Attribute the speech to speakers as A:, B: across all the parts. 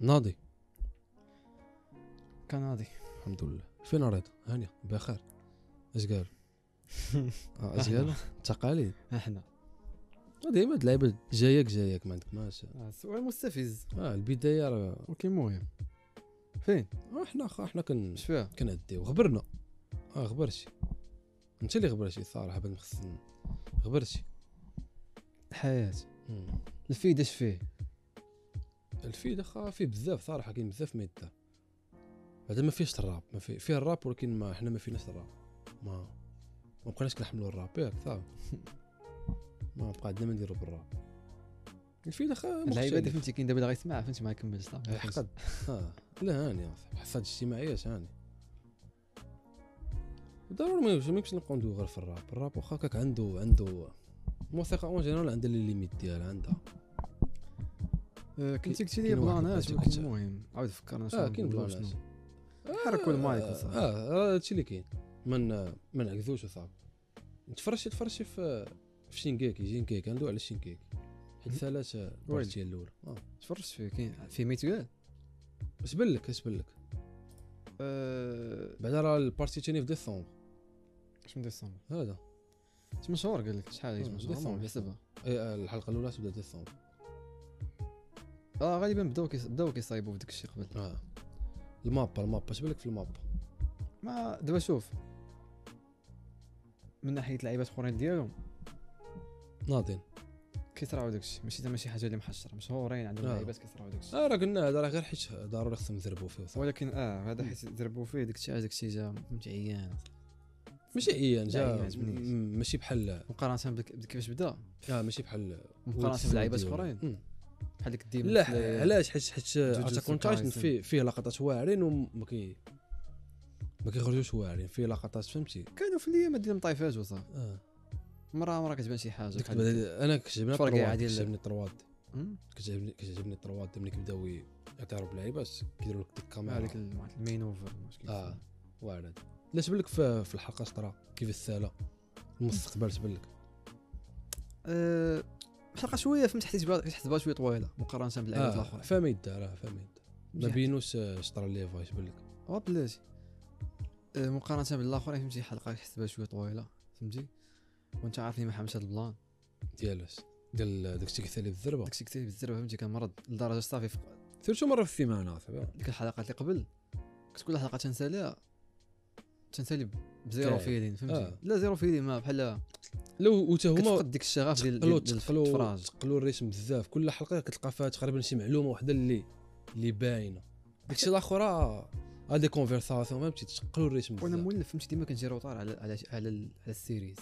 A: ناضي
B: كان هادي
A: الحمد لله فين رضا هانيه بخير اش قال آه، اش قال التقاليد
B: احنا
A: ديما هاد اللعيبه جايك جايك ما عندك ماش
B: آه، سؤال مستفز
A: اه البدايه راه
B: ولكن مهم فين
A: آه، حنا خ- حنا كن
B: اش فيها
A: كنعديو غبرنا اه غبرتي انت اللي غبرتي صراحه بان خصنا غبرتي
B: الحياه
A: مم.
B: الفيد اش فيه
A: الفيد اخا فيه بزاف صراحه كاين بزاف ما يدار هذا ما فيهش الراب ما فيه فيه الراب ولكن ما حنا ما فيناش الراب ما ما بقيناش كنحملوا الراب ياك صافي ما بقى عندنا ما نديرو بالراب الفيد اخا
B: اللعيبه اللي
A: مختلف.
B: فهمتي كاين دابا اللي غيسمع فهمتي ما يكمل صافي
A: يعني. حقد اه لا هاني اصاحبي حصاد اجتماعيات هاني ضروري ما يمكنش- ما يمكنش نبقاو ندويو غير في الراب الراب واخا كاك عنده عنده الموسيقى اون جينيرال عندها لي ليميت ديالها عندها
B: آه، كنت قلتي
A: كاين
B: لي
A: واحد بغيت
B: بلانات ولكن
A: يقطع.
B: المهم عاود فكرنا شنو
A: اه كاين
B: نقولوا
A: بلانات
B: شنو. حركوا المايك
A: آه،
B: وصافي.
A: اه هادشي اللي كاين ما ن- ما نعكذوش وصافي تفرشي تفرشي في في شينكيكي جينكيكي ندوي على شينكيكي حيت سالات آه،
B: ويلي.
A: البارتي الاولى آه.
B: تفرجت فيه كاين فيه ميت كاع
A: اش بان لك اش بان لك
B: آه،
A: بعدا راه البارتي الثانيه في ديسمبر
B: شنو ديسمبر
A: هذا
B: 8 شهور قال لك شحال هي
A: آه،
B: 8 شهور
A: ديسمبر.
B: المهم حسبها
A: إيه، آه، الحلقه الاولى تبدا ديسمبر
B: اه غالبا بداو كيص- بداو كيصايبوا في داك الشيء قبل
A: اه المابا المابا اش بالك في المابا
B: ما دابا شوف من ناحيه لعيبات اخرين ديالهم
A: ناضين
B: كيصراو داك الشيء ماشي ماشي حاجه اللي محشره مشهورين عندهم
A: آه.
B: لعيبات كيصراو داك الشيء
A: اه راه قلنا هذا راه غير حيت ضروري خصهم يزربوا فيه وصافي.
B: ولكن اه هذا حيت ضربوا فيه داك الشيء داك الشيء جا فهمتي عيان
A: ماشي ايان
B: لا، إيان
A: جا
B: عجبنيش.
A: م- ماشي بحال
B: مقارنه بك- بكيفاش بدا
A: اه ماشي بحال
B: مقارنه بلعيبات اخرين
A: مم.
B: بحال ديك ديما
A: لا
B: مثل-
A: علاش حيت حيت
B: جوجوتسو
A: اتاك اون تايتن
B: كايسن.
A: فيه فيه لقطات واعرين وما كي ما كيخرجوش واعرين فيه لقطات فهمتي
B: كانوا في الايام ديال مطيفاج وصافي
A: اه
B: مره مره كتبان شي حاجه
A: ديك
B: بحال
A: بعد-
B: ديك.
A: انا كتعجبني
B: فرقة
A: الطرواد
B: عادية.
A: كتعجبني الطرواد
B: أم؟
A: كتعجبني كتعجبني الطرواد ملي كيبداو يعتروا باللعيبات كيديروا لك ديك
B: مع
A: الكاميرا
B: هذيك ال- مع المين اوفر واش كيف-
A: اه واعر هذا لا تبان لك في في الحلقه شطرا كيف الساله المستقبل تبان لك
B: آه، الحلقه شويه فهمت حسيت بها- حسيتها شويه طويله مقارنه باللعيبات
A: آه
B: الاخرين
A: فاهم يدا راه فاهم يدا ما
B: مزيان.
A: بينوش آه، شطرا ليفا تبان لك
B: وا أه، بلاتي آه، مقارنه بالاخرين فهمتي الحلقه كتحس بها شويه طويله فهمتي وانت عارفني ما حامش هذا البلان
A: ديالاش ديال داكشي كيثالي في الزربه
B: داكشي كثير بالزربه فهمتي كنمرض لدرجه صافي في
A: سيرتو مره في السيمانه صافي
B: ديك الحلقات اللي قبل كنت كل حلقه تنساليها تنسالي بزيرو
A: كاع.
B: فيلين فهمتي
A: آه.
B: لا زيرو فيلين ما بحال
A: لو وتا هما
B: كتفقد ديك الشغف ديال
A: تقلوا
B: ديال- ديال
A: تقلوا
B: الفراج
A: تقلوا الريتم بزاف كل حلقه كتلقى فيها تقريبا شي معلومه وحده اللي اللي باينه داكشي الاخر راه آه، دي كونفرساسيون فهمتي تقلوا الريتم
B: وانا
A: بزاف
B: مولف فهمتي ديما كنجي روطار على على على, ال- على السيريز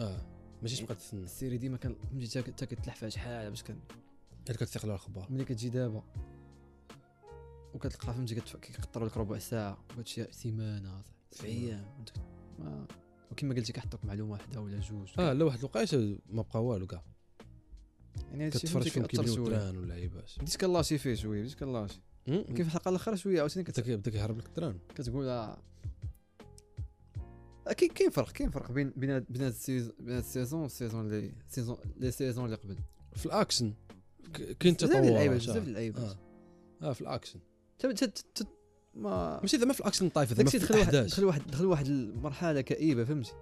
A: اه ماشي تبقى تسنى
B: السيري ديما كان فهمتي تا- تا كتلح فيها شحال باش كان
A: حيت كتثيق على الاخبار
B: ملي كتجي دابا وكتلقى فهمتي كتف- كيقطروا لك ربع ساعه وهادشي سيمانه سبع
A: سيمانة.
B: ايام وانت كت- ما- وكما قلتي كيحطوك معلومه واحده ولا جوج
A: اه لا واحد الوقيته ما بقى والو كاع
B: يعني هادشي
A: كتفرج
B: فهمتي
A: فيهم
B: كيأثر
A: كيبنيو
B: شويه
A: الدران واللعيبات
B: بديت كنلاشي فيه شويه بديت كنلاشي كيف الحلقه الاخيره شويه عاوتاني كت-
A: بدا كي- بدا كيهرب لك الدران
B: كتقول آه، اكيد كاين فرق كاين فرق بين بين هاد- بين هاد السيز- بين هاد السيزون والسيزون اللي سيزون لي سيزون اللي قبل
A: في الاكشن ك- كاين
B: بزاف ديال
A: تطور
B: اللعيبات
A: آه.
B: بزاف ديال اللعيبات
A: اه في الاكشن
B: تا- تا- تا- تا- ما
A: ماشي زعما في الاكشن طايف زعما
B: داكشي
A: في
B: دخل واحد
A: الاحداث
B: دخل واحد دخل واحد المرحله كئيبه فهمتي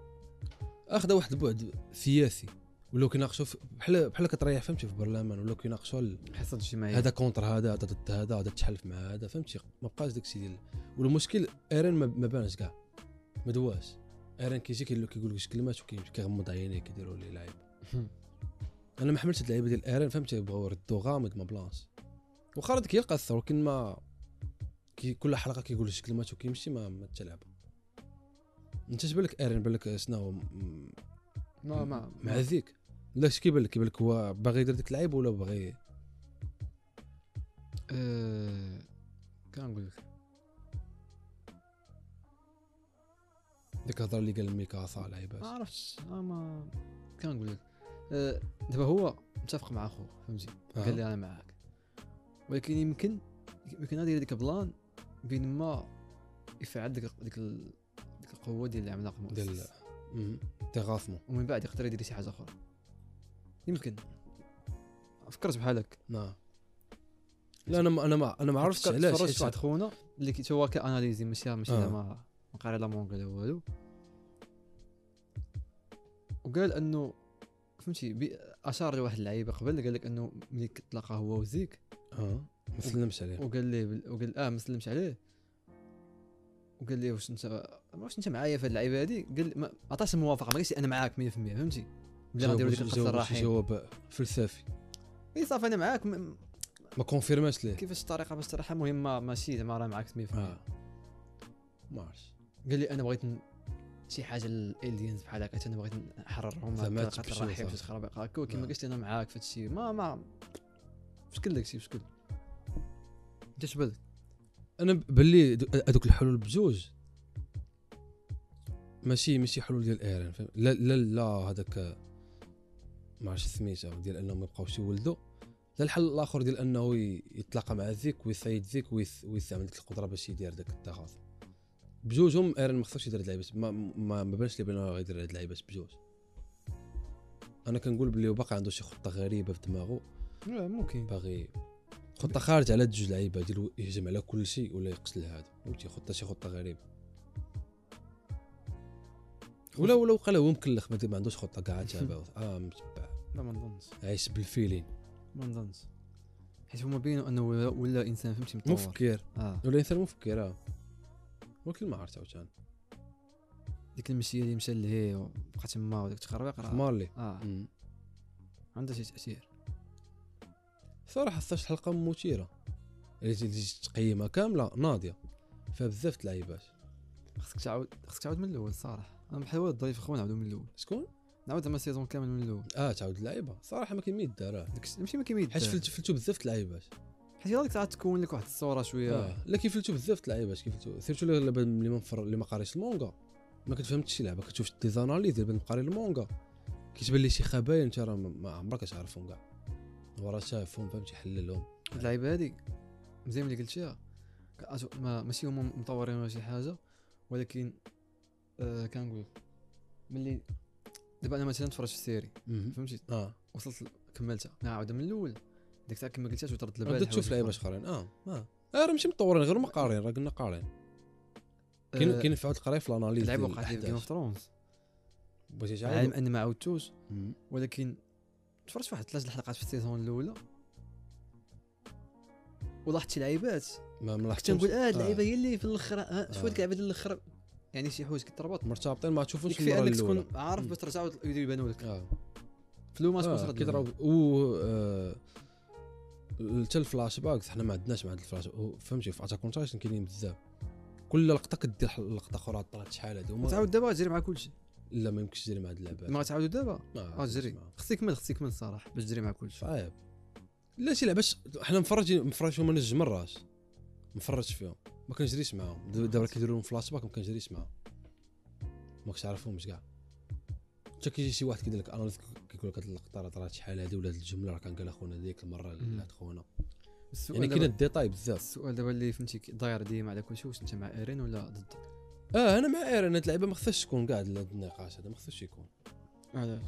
A: اخذ واحد البعد سياسي ولاو كيناقشوا في- بحال بحال كتريح فهمتي في برلمان ولاو كيناقشوا ال-
B: حصه اجتماعيه
A: هذا كونتر هذا هذا ضد هذا هذا تحلف مع هذا فهمتي ما بقاش داك الشيء ديال والمشكل ايرين ما- ما بانش كاع ما دواش ايرين كيجي كيقول كيقول لك شي كلمات وكيمشي كيغمض عينيه كيديروا ليه لعيب انا ما حملتش هاد اللعيبه ديال ايرين فهمتي بغاو يردوا غامض ما بلانش واخا راه ديك هي القصه ولكن ما كي كل حلقه كيقول شي كلمات وكيمشي ما ما تلعب انت اش بالك ايرين بالك شنو هو م-
B: ما ما
A: مع ذيك لا اش كيبان لك كيبان لك هو باغي يدير ديك اللعيبه ولا باغي
B: آه، كنقول لك
A: ديك الهضره اللي قال ميكا صالح عيباش
B: ما عرفتش آه، ما كنقول لك آه، دابا هو متفق مع اخوه فهمتي قال لي انا معاك ولكن يمكن يمكن هذه ديك بلان بين ما يفعل ديك ديك ال- ديك القوه ديال العملاق
A: ديال
B: المؤسس
A: مم. تغاثمو
B: ومن بعد يقدر يدير شي حاجه اخرى يمكن فكرت بحال هكا
A: نعم لا انا ما انا ما انا ما عرفتش علاش
B: تفرجت
A: حيت-
B: واحد خونا اللي كي- هو كاناليزي ماشي ماشي
A: آه.
B: زعما ما قاري لا مونغ لا والو وقال انه فهمتي بي- اشار لواحد اللعيبه قبل قال لك انه ملي كتلاقى هو وزيك
A: اه ما سلمش عليه
B: وقال ليه بال- وقال اه ما سلمش عليه وقال ليه واش انت ما واش انت معايا في اللعيبه هذه قال ما عطاش الموافقه ما قالش انا معاك 100% فهمتي بلي غنديروا ديك
A: جاوب-
B: القصه
A: جاوب-
B: الرحيم
A: جواب فلسفي
B: اي صافي انا معاك م-
A: ما كونفيرماش ليه
B: كيفاش الطريقه باش تشرحها مهم ما- ماشي زعما راه معاك 100%
A: اه ما عرفتش
B: قال لي انا بغيت ن- شي حاجه للالينز بحال هكا انا بغيت نحررهم
A: زعما
B: هكا
A: تبشر
B: قتل رحيم
A: صافي.
B: في خرابيق هكا ولكن ما
A: آه.
B: قالش لي انا معاك في هادشي ما ما شكون داكشي شكون انت اش بالك
A: انا ب- باللي دو- هذوك الحلول بجوج ماشي ماشي حلول ديال ايران فاهم؟ لا لا لا هذاك ما عرفتش سميتها ديال انهم يبقاوش يولدوا لا الحل الاخر ديال انه ي- يتلاقى مع ذيك ويصيد ذيك ويث- ويستعمل ديك القدره باش يدير داك التخاصم بجوجهم ايران ما خصوش يدير هاد اللعيبات ما ما, ما بانش لي بانه غيدير هاد اللعيبات بجوج انا كنقول بلي هو باقي عنده شي خطه غريبه في دماغه
B: لا ممكن
A: باغي خطه خارج على هاد جوج لعيبه ديال يهجم على كل شيء ولا يقتل هذا فهمتي خطه شي خطه غريبه ولا ولا وقع له هو مكلخ ما ما عندوش خطه كاع تابع اه متبع
B: لا ما نظنش
A: عايش بالفيلين
B: ما نظنش حيت هما بينوا انه ولا, ولا انسان فهمتي متطور
A: مفكر
B: اه
A: ولا انسان مفكر اه ولكن ما عرفت عاوتاني
B: ديك المشيه اللي مشى لهي وبقى تما وداك التخربيق راه
A: مارلي
B: اه
A: آه. مم.
B: عندها شي تاثير
A: صراحه 16 حلقه مثيره اللي تجي- تجي تقيمها كامله ناضيه فيها بزاف د اللعيبات
B: خصك تعاود خصك تعاود من الاول صراحه انا بحال هو الضيف خونا نعاودو من الاول
A: شكون
B: نعاود زعما السيزون كامل من الاول
A: اه تعاود اللعيبه صراحه ما كاين ما يدار
B: داكشي ماشي ما كيميد
A: حيت فلت- فلتو بزاف د اللعيبات
B: حيت يلاه كنت تكون لك واحد الصوره شويه
A: آه، لا كيفلتو بزاف د اللعيبات كيفلتو سيرتو اللي اللي ما مفر... اللي ما قاريش المونغا ما كتفهمش شي لعبه كتشوف دي زاناليز ديال بنت قاري المونغا كيتبان لي شي خبايا انت راه ما- ما عمرك تعرفهم كاع وراه شافهم فهمتي حللهم
B: هاد اللعيبه هادي مزيان ملي قلتيها كأجو- ما ماشي هما مطورين ولا شي حاجه ولكن آه كنقول ملي دابا انا مثلا تفرجت في السيري فهمتي
A: اه
B: وصلت ل- كملتها نعاود من الاول ديك الساعه كما قلتها وترد البال
A: بدا تشوف لعيبه اخرين اه اه آه، راه ماشي مطورين غير ما قارين راه قلنا قارين
B: آه،
A: كاين كاين فعاد قراي في الاناليز
B: لعيبه
A: ديال
B: وقعت لي في جيم اوف
A: الأحداث.
B: ثرونز
A: بغيتي
B: مع
A: تعاود
B: ان ما عاودتوش ولكن تفرجت في واحد ثلاث الحلقات في السيزون الاولى ولاحظت شي لعيبات
A: ما
B: كنت
A: ملاحظتش
B: نقول اه هاد اللعيبه هي اللي في الاخر
A: آه.
B: آه، شويه ديك اللعيبه ديال الاخر يعني شي حوايج كتربط
A: مرتبطين ما تشوفوش
B: يكفي
A: المره
B: انك
A: الاولى
B: تكون عارف
A: مم.
B: باش ترجع وت- يبانوا لك
A: اه
B: في لو ماتش
A: آه، كيضرب و آه، حتى الفلاش باكس حنا ما عندناش مع هاد الفلاش هو- فهمتي في اتاك كونتراكشن كاينين بزاف كل لقطه كدير حل- لقطه اخرى طلعت شحال هادي وما-
B: تعاود دابا تجري مع كلشي
A: لا ما يمكنش تجري مع هاد اللعبه
B: ما تعاودوا دابا
A: ما
B: اه
A: عرفتش
B: تجري
A: معاهم.
B: خصك يكمل خصك يكمل الصراحه باش تجري مع كلشي
A: صعيب لا شي لعباش حنا مفرجين مفرجهم انا جوج مرات مفرجت فيهم ما كنجريش معاهم دابا دابا كيديروا لهم فلاش باك ما كنجريش معاهم ما كنتش عارفهمش كاع حتى كيجي شي واحد كيدير لك اناليز كيقول لك هاد اللقطه راه طرات شحال هادي ولا هاد الجمله راه كان قالها خونا ديك المره
B: مم.
A: اللي عاد خونا
B: السؤال
A: يعني كاين
B: دابا-
A: الديتاي بزاف
B: السؤال دابا اللي فهمتي كي- داير ديما على كلشي واش انت مع ايرين ولا ضد
A: اه انا مع ايرن هاد اللعيبه ما خصهاش تكون كاع هاد النقاش هذا ما خصهاش يكون
B: علاش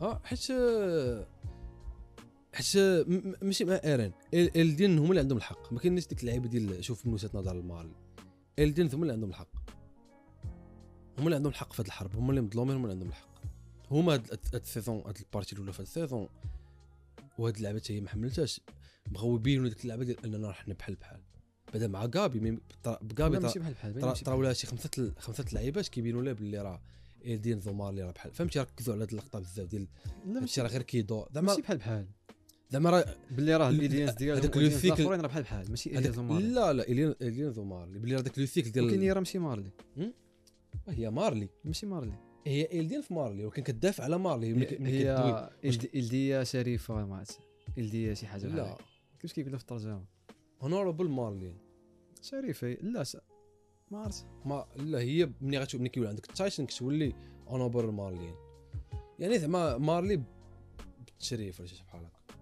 A: اه حيت آه، حيت آه، م- م- ماشي مع ايرن ال- الدين هما اللي عندهم الحق ما كاينش ديك اللعيبه ديال شوف من وجهه نظر المارلي الدين هما اللي عندهم الحق هما اللي عندهم الحق في هاد الحرب هما اللي مظلومين هما اللي عندهم الحق هما هاد- هاد هاد السيزون هاد البارتي الاولى في هاد السيزون وهاد اللعبه حتى هي ما حملتهاش بغاو يبينوا ديك اللعبه ديال اننا رحنا بحال بحال بعدا مع غابي مي- طرا-
B: لا،
A: بغابي طرا-
B: ماشي بحال بحال باين
A: ترى
B: ماشي
A: ترى
B: بحال.
A: ولا شي خمسه ال- خمسه اللعيبات كيبينوا لها باللي راه ايدين زومار اللي راه بحال فهمتي ركزوا على هاد اللقطه بزاف ديال
B: لا
A: هادشي
B: ماشي
A: راه غير كيدور زعما
B: ماشي بحال بحال
A: زعما راه
B: باللي راه
A: ال-
B: الالينز ديالهم
A: هذاك
B: والإيليانز
A: اليوثيك ال-
B: الاخرين راه بحال بحال ماشي
A: هذاك-
B: الينز ومارلي
A: لا لا ايدين ايدين زومار باللي راه داك لو سيكل
B: ولكن هي
A: ديال
B: راه ماشي مارلي
A: هي مارلي
B: ماشي مارلي
A: هي ايدين في مارلي ولكن كدافع على مارلي ملي ك- ملي
B: هي
A: كدوي.
B: الد- الدية شريفة مات الدية شي حاجة بحال
A: لا
B: هكا. كيفاش كيقولوا في الترجمة
A: هونوربل مارلي
B: شريفة لا س... ما عرفت
A: ما لا هي ملي غتشوف ملي كيولي عندك تايسون كتولي اونوبر مارلين يعني زعما مارلي بالتشريف ولا شي بحال هكا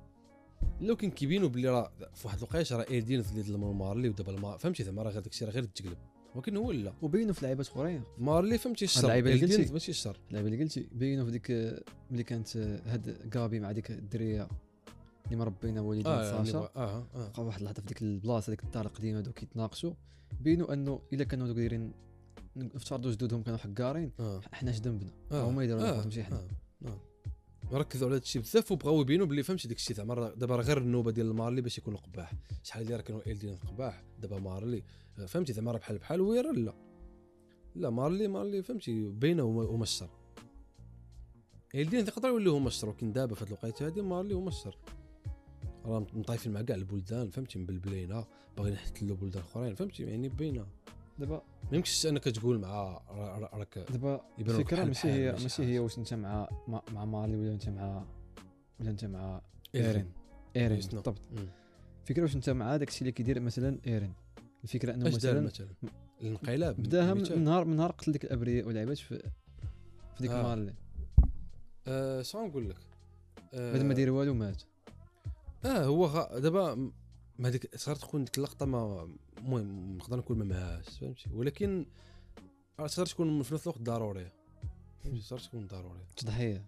A: لو كان كيبينوا بلي راه في واحد الوقيته راه ايدين اللي ظلموا مارلي ودابا الما- فهمتي زعما راه غير داكشي راه غير تقلب ولكن هو لا
B: وبينوا في لعيبات أخرين
A: مارلي فهمتي الشر
B: اللعيبة اللي
A: ايدين
B: قلتي.
A: ماشي الشر
B: اللعبة اللي قلتي بينوا في ديك آه، ملي كانت آه، هاد غابي مع ديك الدرية اللي مربينا والدين
A: اه يعني
B: ساشا
A: بغا- اه اه
B: بقى واحد اللحظه في ديك البلاصه ديك الدار القديمه دوك يتناقشوا بينوا انه الا كانوا دوك دايرين افترضوا جدودهم كانوا حقارين
A: اه
B: حنا اش ذنبنا
A: آه،
B: هما يديروا
A: آه،
B: لنا ماشي حنا
A: آه، آه. ركزوا على هذا الشيء بزاف وبغاو يبينوا باللي فهمتي داك الشيء زعما راه- دابا راه غير النوبه ديال المارلي باش يكون القباح شحال اللي راه كانوا ايلدين القباح دابا مارلي آه، فهمتي زعما راه بحال بحال ويرا لا لا مارلي مارلي فهمتي باينه هما هما الشر ايلدين تقدر يوليو هما الشر ولكن دابا في هاد الوقيته هادي مارلي هما الشر راه مطايفين مع كاع البلدان فهمتي مبلبلينا باغيين يحتلوا بلدان اخرين فهمتي يعني باينه
B: دابا
A: ما يمكنش انك تقول مع را- را- راك
B: دابا
A: يبان لك
B: الفكره
A: بحال
B: ماشي
A: بحال
B: هي
A: ماشي
B: ماشي
A: حاجة.
B: هي واش انت مع مع, مع مارلي ولا انت مع ولا انت مع ايرين ايرين
A: شنو؟
B: بالضبط
A: مم.
B: الفكره واش انت مع داك الشيء اللي كيدير مثلا ايرين الفكره انه
A: اش دار
B: مثلا
A: مثلا الانقلاب يعني
B: بداها من
A: مثال.
B: من نهار من نهار قتل ديك الابرياء والعباد في في ديك
A: آه.
B: مارلي
A: آه، شنو نقول لك آه،
B: بعد ما دير والو مات
A: اه هو غ- دابا م- ما ديك صغير تكون ديك اللقطه ما المهم نقدر نقول ما معاش فهمتي ولكن راه صغير تكون في نفس الوقت ضروريه فهمتي صغير تكون ضروريه
B: تضحيه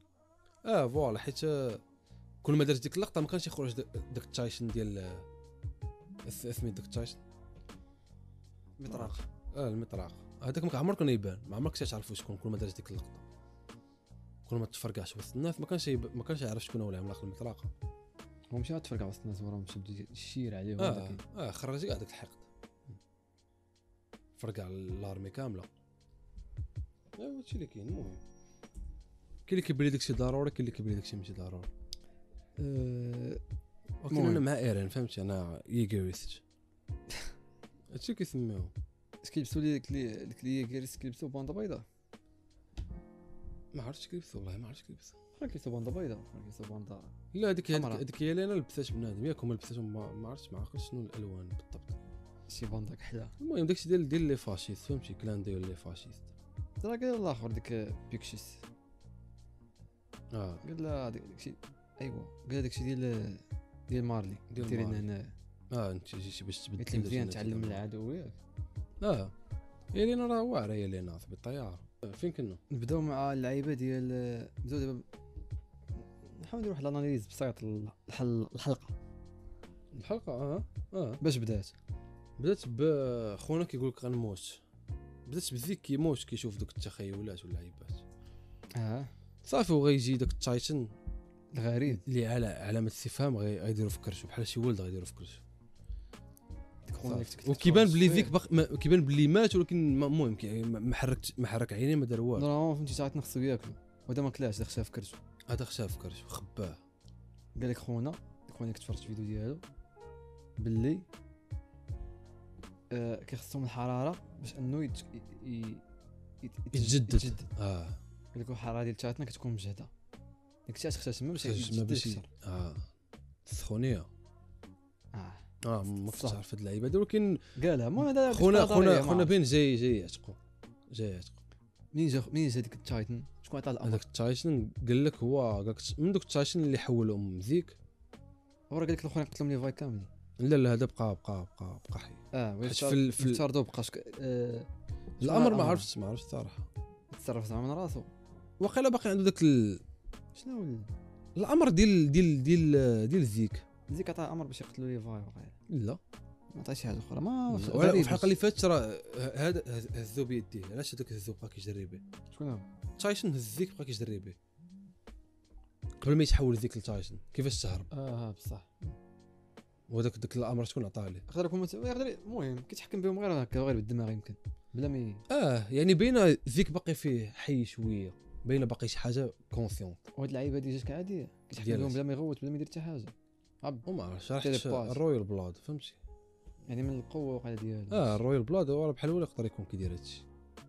A: اه فوالا حيت آه، كل ما درت ديك اللقطه ما كانش يخرج دا- داك التايشن ديال آه، إس- اسمي داك التايشن مطرقة. اه المطرقه هذاك ما عمرك كان يبان ما عمرك تعرفوا شكون كل ما درت ديك اللقطه كل ما تفرقعش وسط الناس ما كانش يب- ما كانش يعرف شكون هو العملاق المطرقه
B: هو مشى تفرقع وسط الناس وراهم مشى بدا يشير عليهم
A: اه
B: هذاك.
A: اه خرج كاع داك الحقد فرقع الارمي كامله آه، هادشي اللي كاين المهم كاين اللي كيبان لي داكشي ضروري كاين اللي كيبان لي داكشي ماشي ضروري
B: آه،
A: ولكن
B: المهم.
A: انا مع ايرين فهمتي انا ايجويست هادشي كيسميوه
B: اش كيلبسوا لي ديك لي ديك لي كيرس كيلبسوا باندا بيضاء
A: ما عرفتش كيف والله ما عرفتش كيف
B: بحال كيلبسوا باندا بيضاء بحال كيلبسوا باندا
A: لا هذيك هذيك
B: حمراء.
A: هذيك هي اللي انا لبسات بنادم ياك هما لبساتهم ما ما عرفتش ما عقلتش شنو الالوان بالضبط
B: شي باندا كحله
A: المهم داكشي ديال ديال لي فاشيست فهمتي كلان ديال لي فاشيست
B: ترى قال الاخر ديك بيكشيس
A: اه
B: قال لا ديك داكشي ايوا قال داكشي ديال ديال مارلي
A: ديال
B: دير لنا
A: مارلي.
B: هنا
A: اه انت جيتي باش تبدل
B: قلت لي مزيان
A: الجينات
B: تعلم
A: ديال-
B: العدو ياك
A: اه الينا راه واعره الينا في الطياره فين كنا
B: نبداو مع اللعيبه ديال نبداو دابا نحاول ندير واحد الاناليز بسيط الحل الحلقه
A: الحلقه اه اه
B: باش بدات
A: بدات بخونا كيقول لك غنموت بدات بذيك كيموت كيشوف دوك التخيلات والعيبات
B: اه
A: صافي وغيجي داك التايتن
B: الغريب
A: اللي على علامه استفهام غي- غيديروا في كرشو بحال شي ولد غيديروا في كرشو
B: ديك خونا اللي
A: صافي.
B: فتكت-
A: وكيبان
B: فتكت-
A: بلي ذيك بق... ما... كيبان بلي مات ولكن ما- المهم كي- ما ما حركت ما حرك عينيه ما دار والو
B: نورمالمون فهمتي تعيط خصو ياكلو وهذا ما كلاش داك شاف كرتو
A: هذا خشاه في كرشو خباه
B: قال لك خونا خونا كنت تفرجت فيديو ديالو باللي آه كيخصهم الحراره باش انه يت... ي... ي... يت-
A: يتجدد.
B: يتجدد
A: اه
B: قال لك الحراره ديال تاعتنا كتكون مجهده ديك الساعه خصها تما باش
A: خشاه ما
B: يتجدد
A: باش ي-
B: أكثر.
A: اه سخونيه
B: اه
A: اه ما كنتش
B: صح.
A: عارف هاد اللعيبه هادي ولكن
B: قالها المهم هذا
A: خونا
B: باش نهضر عليها
A: خونا
B: ما
A: خونا
B: عرفت.
A: بين جاي جاي يعتقو جاي يعتقو
B: منين جا منين جا ديك التايتن شكون عطاه الامر
A: هذاك التايشن قال لك هو قال لك من دوك التايشن اللي حولهم من ذيك
B: هو راه قال لك الاخرين قتلهم لي فاي كاملين
A: لا لا هذا بقى بقى بقى بقى حي
B: اه ولا
A: حيت في ال- في ال-
B: افترضوا بقى شك- آه،
A: الامر ما
B: الأمر؟
A: عرفتش ما عرفتش الصراحه
B: تصرف زعما من راسو
A: واقيلا باقي عنده ذاك ال...
B: شنو ال-
A: الامر ديال ديال ديال ديال ذيك
B: ديك عطاه امر باش يقتلوا لي فاي وغيره
A: لا
B: ما عطاه شي حاجه اخرى ما
A: وعلى-
B: غريب.
A: وفي الحلقه اللي فاتت راه هذا هزو بيديه علاش هذاك هزو بقى كيجري به
B: شكون هو
A: تايشن هز ذيك بقى كيجري به قبل ما يتحول ذيك لتايشن كيفاش تهرب
B: اه بصح
A: وذاك ذاك الامر شكون عطاه ليه
B: يقدر يكون مت- يقدر المهم كيتحكم بهم غير هكا غير بالدماغ يمكن بلا ما ي-
A: اه يعني باينه ذيك باقي فيه حي شويه باينه باقي شي حاجه كونسيون
B: وهاد اللعيبه هادي جات كعاديه كيتحكم
A: ديال
B: بهم
A: الناس.
B: بلا ما يغوت بلا ما يدير حتى حاجه عب-
A: وما عرفتش راه
B: Teleport.
A: الرويال بلاد فهمتي
B: يعني من القوه وقع ديالو
A: اه الرويال بلاد هو راه بحال هو اللي يقدر يكون كيدير هادشي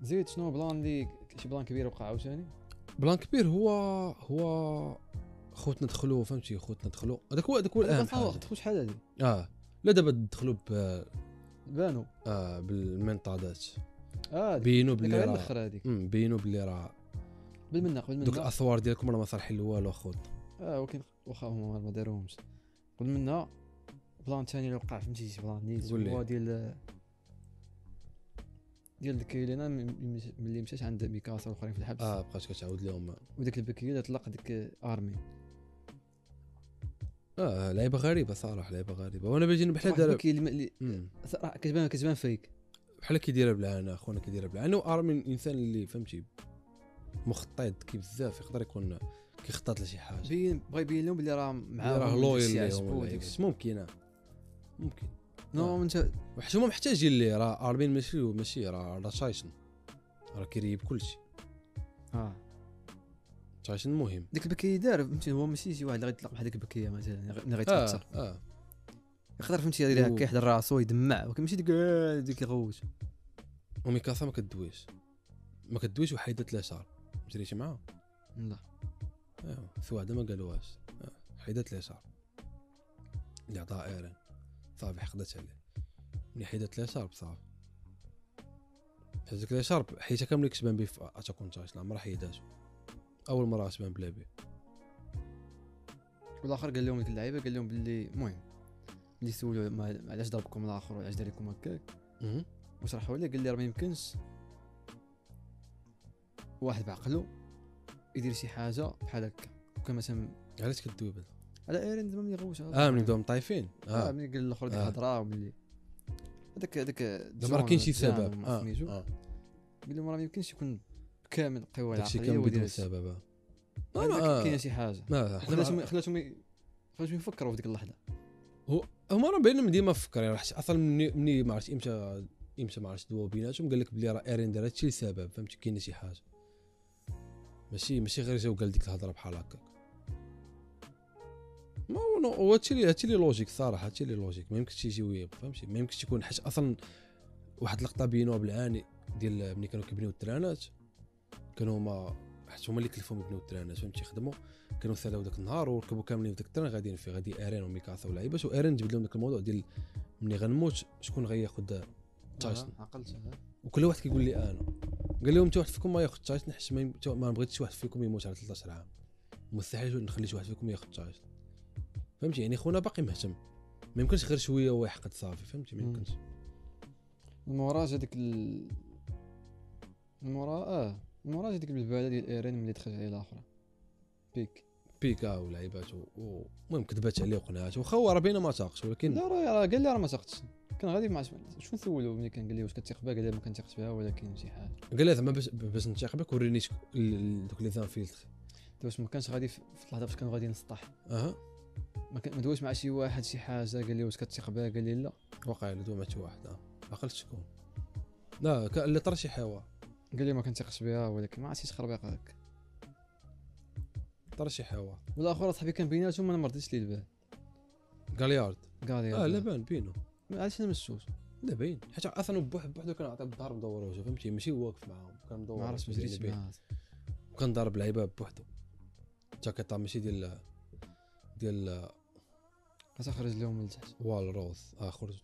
B: زيد شنو بلان اللي شي بلان كبير وقع عاوتاني
A: بلان كبير هو هو خوتنا دخلوا فهمتي خوتنا دخلوا هذاك هو هذاك هو الاهم
B: أصلاً
A: حاجة.
B: دخلوا شحال هادي
A: اه لا دابا دخلوا ب
B: بانوا
A: آه بالمنطادات
B: اه ديك-
A: بينوا
B: ديك
A: بلي
B: غير
A: راه
B: الاخر هذيك
A: أمم، بينوا بلي راه
B: قبل منا قبل
A: دوك
B: منا
A: الاثوار ديالكم راه ما صالحين لوالو اخوتنا
B: اه ولكن واخا هما ما داروهمش قبل منا بلان ثاني اللي وقع فهمتي شي بلان
A: قول
B: اللي
A: لي.
B: هو ديال ديال ديك لينا ملي مشات عند ميكاسا والاخرين في
A: آه،
B: الحبس
A: اه بقات كتعاود لهم
B: وديك البكري اللي طلق ديك ارمي
A: اه لعيبه غريبه صراحه لعيبه غريبه وانا بيجيني بحال
B: واحد
A: دار
B: الباكي اللي- اللي
A: مم.
B: صراحة كتبان كتبان فيك
A: بحال كيديرها بالعانه اخونا كيديرها بالعانه وارمين انسان اللي فهمتي مخطط ذكي بزاف يقدر يكون كيخطط لشي حاجه
B: بين بغا يبين لهم بلي راه
A: اللي
B: معاهم
A: راه لويل
B: داكشي
A: ليهم
B: عجبو
A: ولا
B: وداكشي.
A: يكس. ممكن آه. ممكن
B: نو انت
A: وحتى هما محتاجين ليه راه ارمين ماشي ماشي راه راه شايشن راه كيريب كلشي
B: اه
A: شايشن مهم
B: ديك البكيه دار فهمتي هو ماشي شي واحد اللي غيطلق بحال ديك البكيه مثلا غي- ملي
A: اه
B: غيتفكر
A: اه
B: يقدر فهمتي يدير
A: و-
B: هكا يحضر راسو يدمع ولكن ماشي ديك آه، ديك يغوت
A: وميكاسا ما كدويش ما كدويش وحيدت لها شعر مشريتي معاه
B: لا
A: ايوا في واحده ما قالوهاش آه. حيدت لها شعر اللي عطاها ايرن صافي حقدت عليه ملي حيدت لها شارب صافي هزك لها شارب حيتها كامل اللي كتبان به في آه، اتاكون تايتن عمرها حيداتو اول مره كتبان بلا به
B: والاخر قال لهم ديك اللعيبه قال لهم باللي المهم اللي سولوا ما- علاش ضربكم الاخر وعلاش دار لكم هكاك
A: مهم.
B: وشرحوا لي قال لي راه ما يمكنش واحد بعقلو يدير شي حاجه بحال هكا كان مثلا
A: علاش كدوي بدا
B: على ايرين زعما ما يغوتش
A: اه ملي بداو مطايفين
B: اه
A: اه
B: ملي قال الاخر ديك
A: آه.
B: الهضره وملي هذاك هذاك
A: زعما راه كاين شي سبب اه
B: قال
A: آه.
B: لهم راه ما يمكنش يكون كامل القوى
A: داكشي
B: العقليه
A: كان بدون
B: ودير
A: سبب آه. لا، لا،
B: آه.
A: آه.
B: كاينه شي حاجه
A: ما حنا
B: خلاتهم خلاتهم ي- خلاتهم يفكروا في ديك اللحظه
A: هو هما راه باينين ديما فكر يعني حس- اصلا مني مني ما عرفتش امتى امتى ما عرفتش دواو بيناتهم قال لك بلي راه ايرين دار هادشي لسبب فهمتي كاينه شي حاجه ماشي ماشي غير جا وقال ديك الهضره بحال هكاك ما هو نو- هو هادشي اللي هادشي اللي لوجيك صراحه هادشي اللي لوجيك ما يمكنش يجي ويب فهمتي ما يمكنش يكون حيت اصلا واحد اللقطه بينوها بالعاني ديال ملي كانوا كيبنيو الترانات كانوا هما حيت هما اللي كلفهم يبنيو الترانات فهمتي خدموا كانوا سالاو داك النهار وركبوا كاملين في داك التران غاديين فيه غادي ارين وميكاسا ولعيبات وارين جبد لهم داك الموضوع ديال ملي غنموت شكون غياخد تايسون
B: عقلت
A: وكل واحد كيقول لي انا قال لهم حتى واحد فيكم ما ياخد تايسون حيت ما يم- تا- ما بغيتش شي واحد فيكم يموت على 13 عام مستحيل نخلي شي واحد فيكم ياخد تايسون فهمتي يعني خونا باقي مهتم ما يمكنش غير شويه ويحقد صافي فهمتي ما
B: مم.
A: يمكنش
B: من وراه جا ديك ال... من وراه اه من وراه جا ديك البلبله ديال ايرين ملي دخلت عليه الاخرى بيك
A: بيكا ولعيبات و- و- المهم كذبات عليه وقنعته واخا هو راه باينه ما تاقش ولكن
B: لا راه راه قال لي راه ما ثقتش كان غادي ما عرفتش شنو نسولو ملي كان قال لي واش كتثق بها قال لي ما كنثقش بها ولكن شي حاجه
A: قال لها زعما باش باش نتعاقبك وريني شك- ال- ال- دوك لي زانفيلتر
B: دابا ما كانش غادي في في اللحظه فاش كان غادي نسطح
A: اها
B: ما كان- ما دواش مع شي واحد شي حاجه قال لي واش كتثق بها قال لي لا
A: وقع لدو ماتش واحد اه عقلت شكون لا كان اللي طرشي حيوان
B: قال لي ما كنثقش بها ولكن ما عرفتش خربيق هذاك
A: طرشي حيوان
B: والاخر صاحبي كان بيناتهم انا ما رضيتش ليه البال
A: غاليارد
B: قال لي
A: اه لا بان بينو
B: علاش انا ما شفتوش
A: لا باين حيت اصلا بوحد بوحدو كان عطيه بالظهر مدور وجهه فهمتي ماشي واقف معاهم كان مدور
B: ما عرفتش ما
A: وجهه
B: درتش
A: باين.
B: معاه
A: وكان ضارب لعيبه بوحدو تاكيطا ماشي ديال ديال
B: خاصها خرج لهم من تحت
A: وال روث اه خرج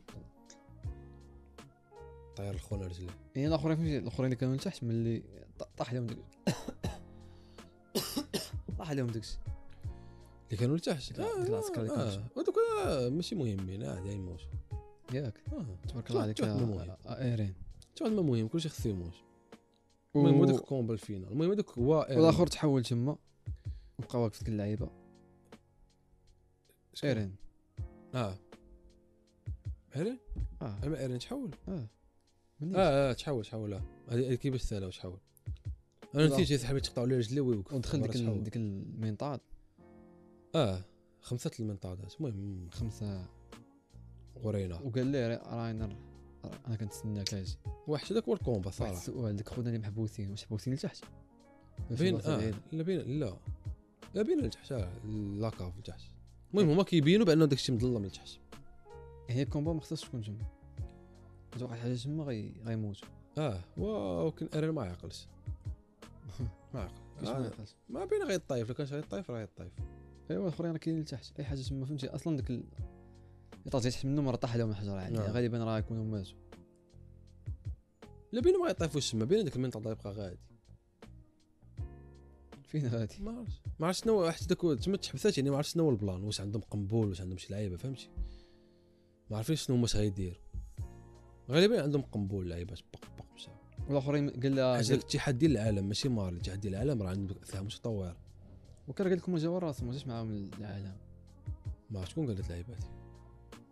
A: طير الخونه رجليه
B: يعني الاخرين فهمتي الاخرين اللي كانوا لتحت ملي ط- طاح لهم داك طاح لهم داكشي
A: اللي كانوا لتحت
B: ديك- ديك العسكر اللي كانوا
A: اه
B: لتحت.
A: آه، هذوك آه، ماشي مهمين عادي يموتوا
B: ياك
A: اه
B: تبارك الله عليك
A: تحت
B: يا-
A: المهم.
B: آ- ايرين
A: حتى ما مهم كلشي خصو يموت
B: و-
A: المهم هذاك كومبا الفينال المهم هذاك هو
B: والاخر تحول تما وبقى واقف ديك اللعيبه
A: شكون؟
B: ايرين
A: اه ايرين
B: اه
A: انا ايرين تحول
B: اه
A: اه
B: منيش.
A: اه تحول تحول اه هذه هذه كيفاش سالا تحول انا
B: لا.
A: نسيت يا صاحبي تقطعوا لي رجلي ويوقف
B: ودخل
A: برا
B: ديك
A: تحول.
B: ال- ديك المنطاد
A: اه خمسه المنطادات المهم
B: خمسه
A: ورينا
B: وقال لي راه- راينر راه انا كنتسناك اجي
A: واحد هذاك هو الكومبا
B: واحد
A: صراحه
B: السؤال ديك خونا اللي محبوسين واش محبوسين لتحت ولا في
A: بين
B: بلاصة
A: اه
B: بعيدة؟
A: لا بين لا لا بين لتحت آه، لاكاف لتحت المهم هما كيبينوا بان داك الشيء مظلم لتحت
B: هي الكومبا ما خصهاش تكون تما توقع حاجه تما غي- غيموت
A: اه ولكن ايرين ما عقلش ما
B: كيفاش ما
A: عقل
B: يقاس
A: ما بين غيطايف لو كان غيطايف راه غيطايف
B: ايوا الاخرين راه أيوة، كاينين لتحت اي حاجه تما فهمتي اصلا ديك ال... إلا طاح تحت منهم راه طاح لهم الحجر عادي
A: نعم.
B: غالبا راه يكونوا ماتوا
A: لا بين ما يطيفوش تما بين داك المنطاد يبقى غادي
B: فين غادي
A: ما عرفتش ما عرفتش شنو حتى داك تما تحبسات يعني ما عرفتش شنو هو البلان واش عندهم قنبول واش عندهم شي لعيبه فهمتي ما عارفين شنو هما غيديروا غالبا عندهم قنبول لعيبات بق بق مشاو
B: والاخرين قال لها
A: حيت الاتحاد ديال العالم ماشي مار الاتحاد ديال العالم راه عندهم اسلحه متطوره
B: وكان قال لكم جوار راسهم ما جاش معاهم العالم
A: ما عرفت شكون قال لك لعيباتي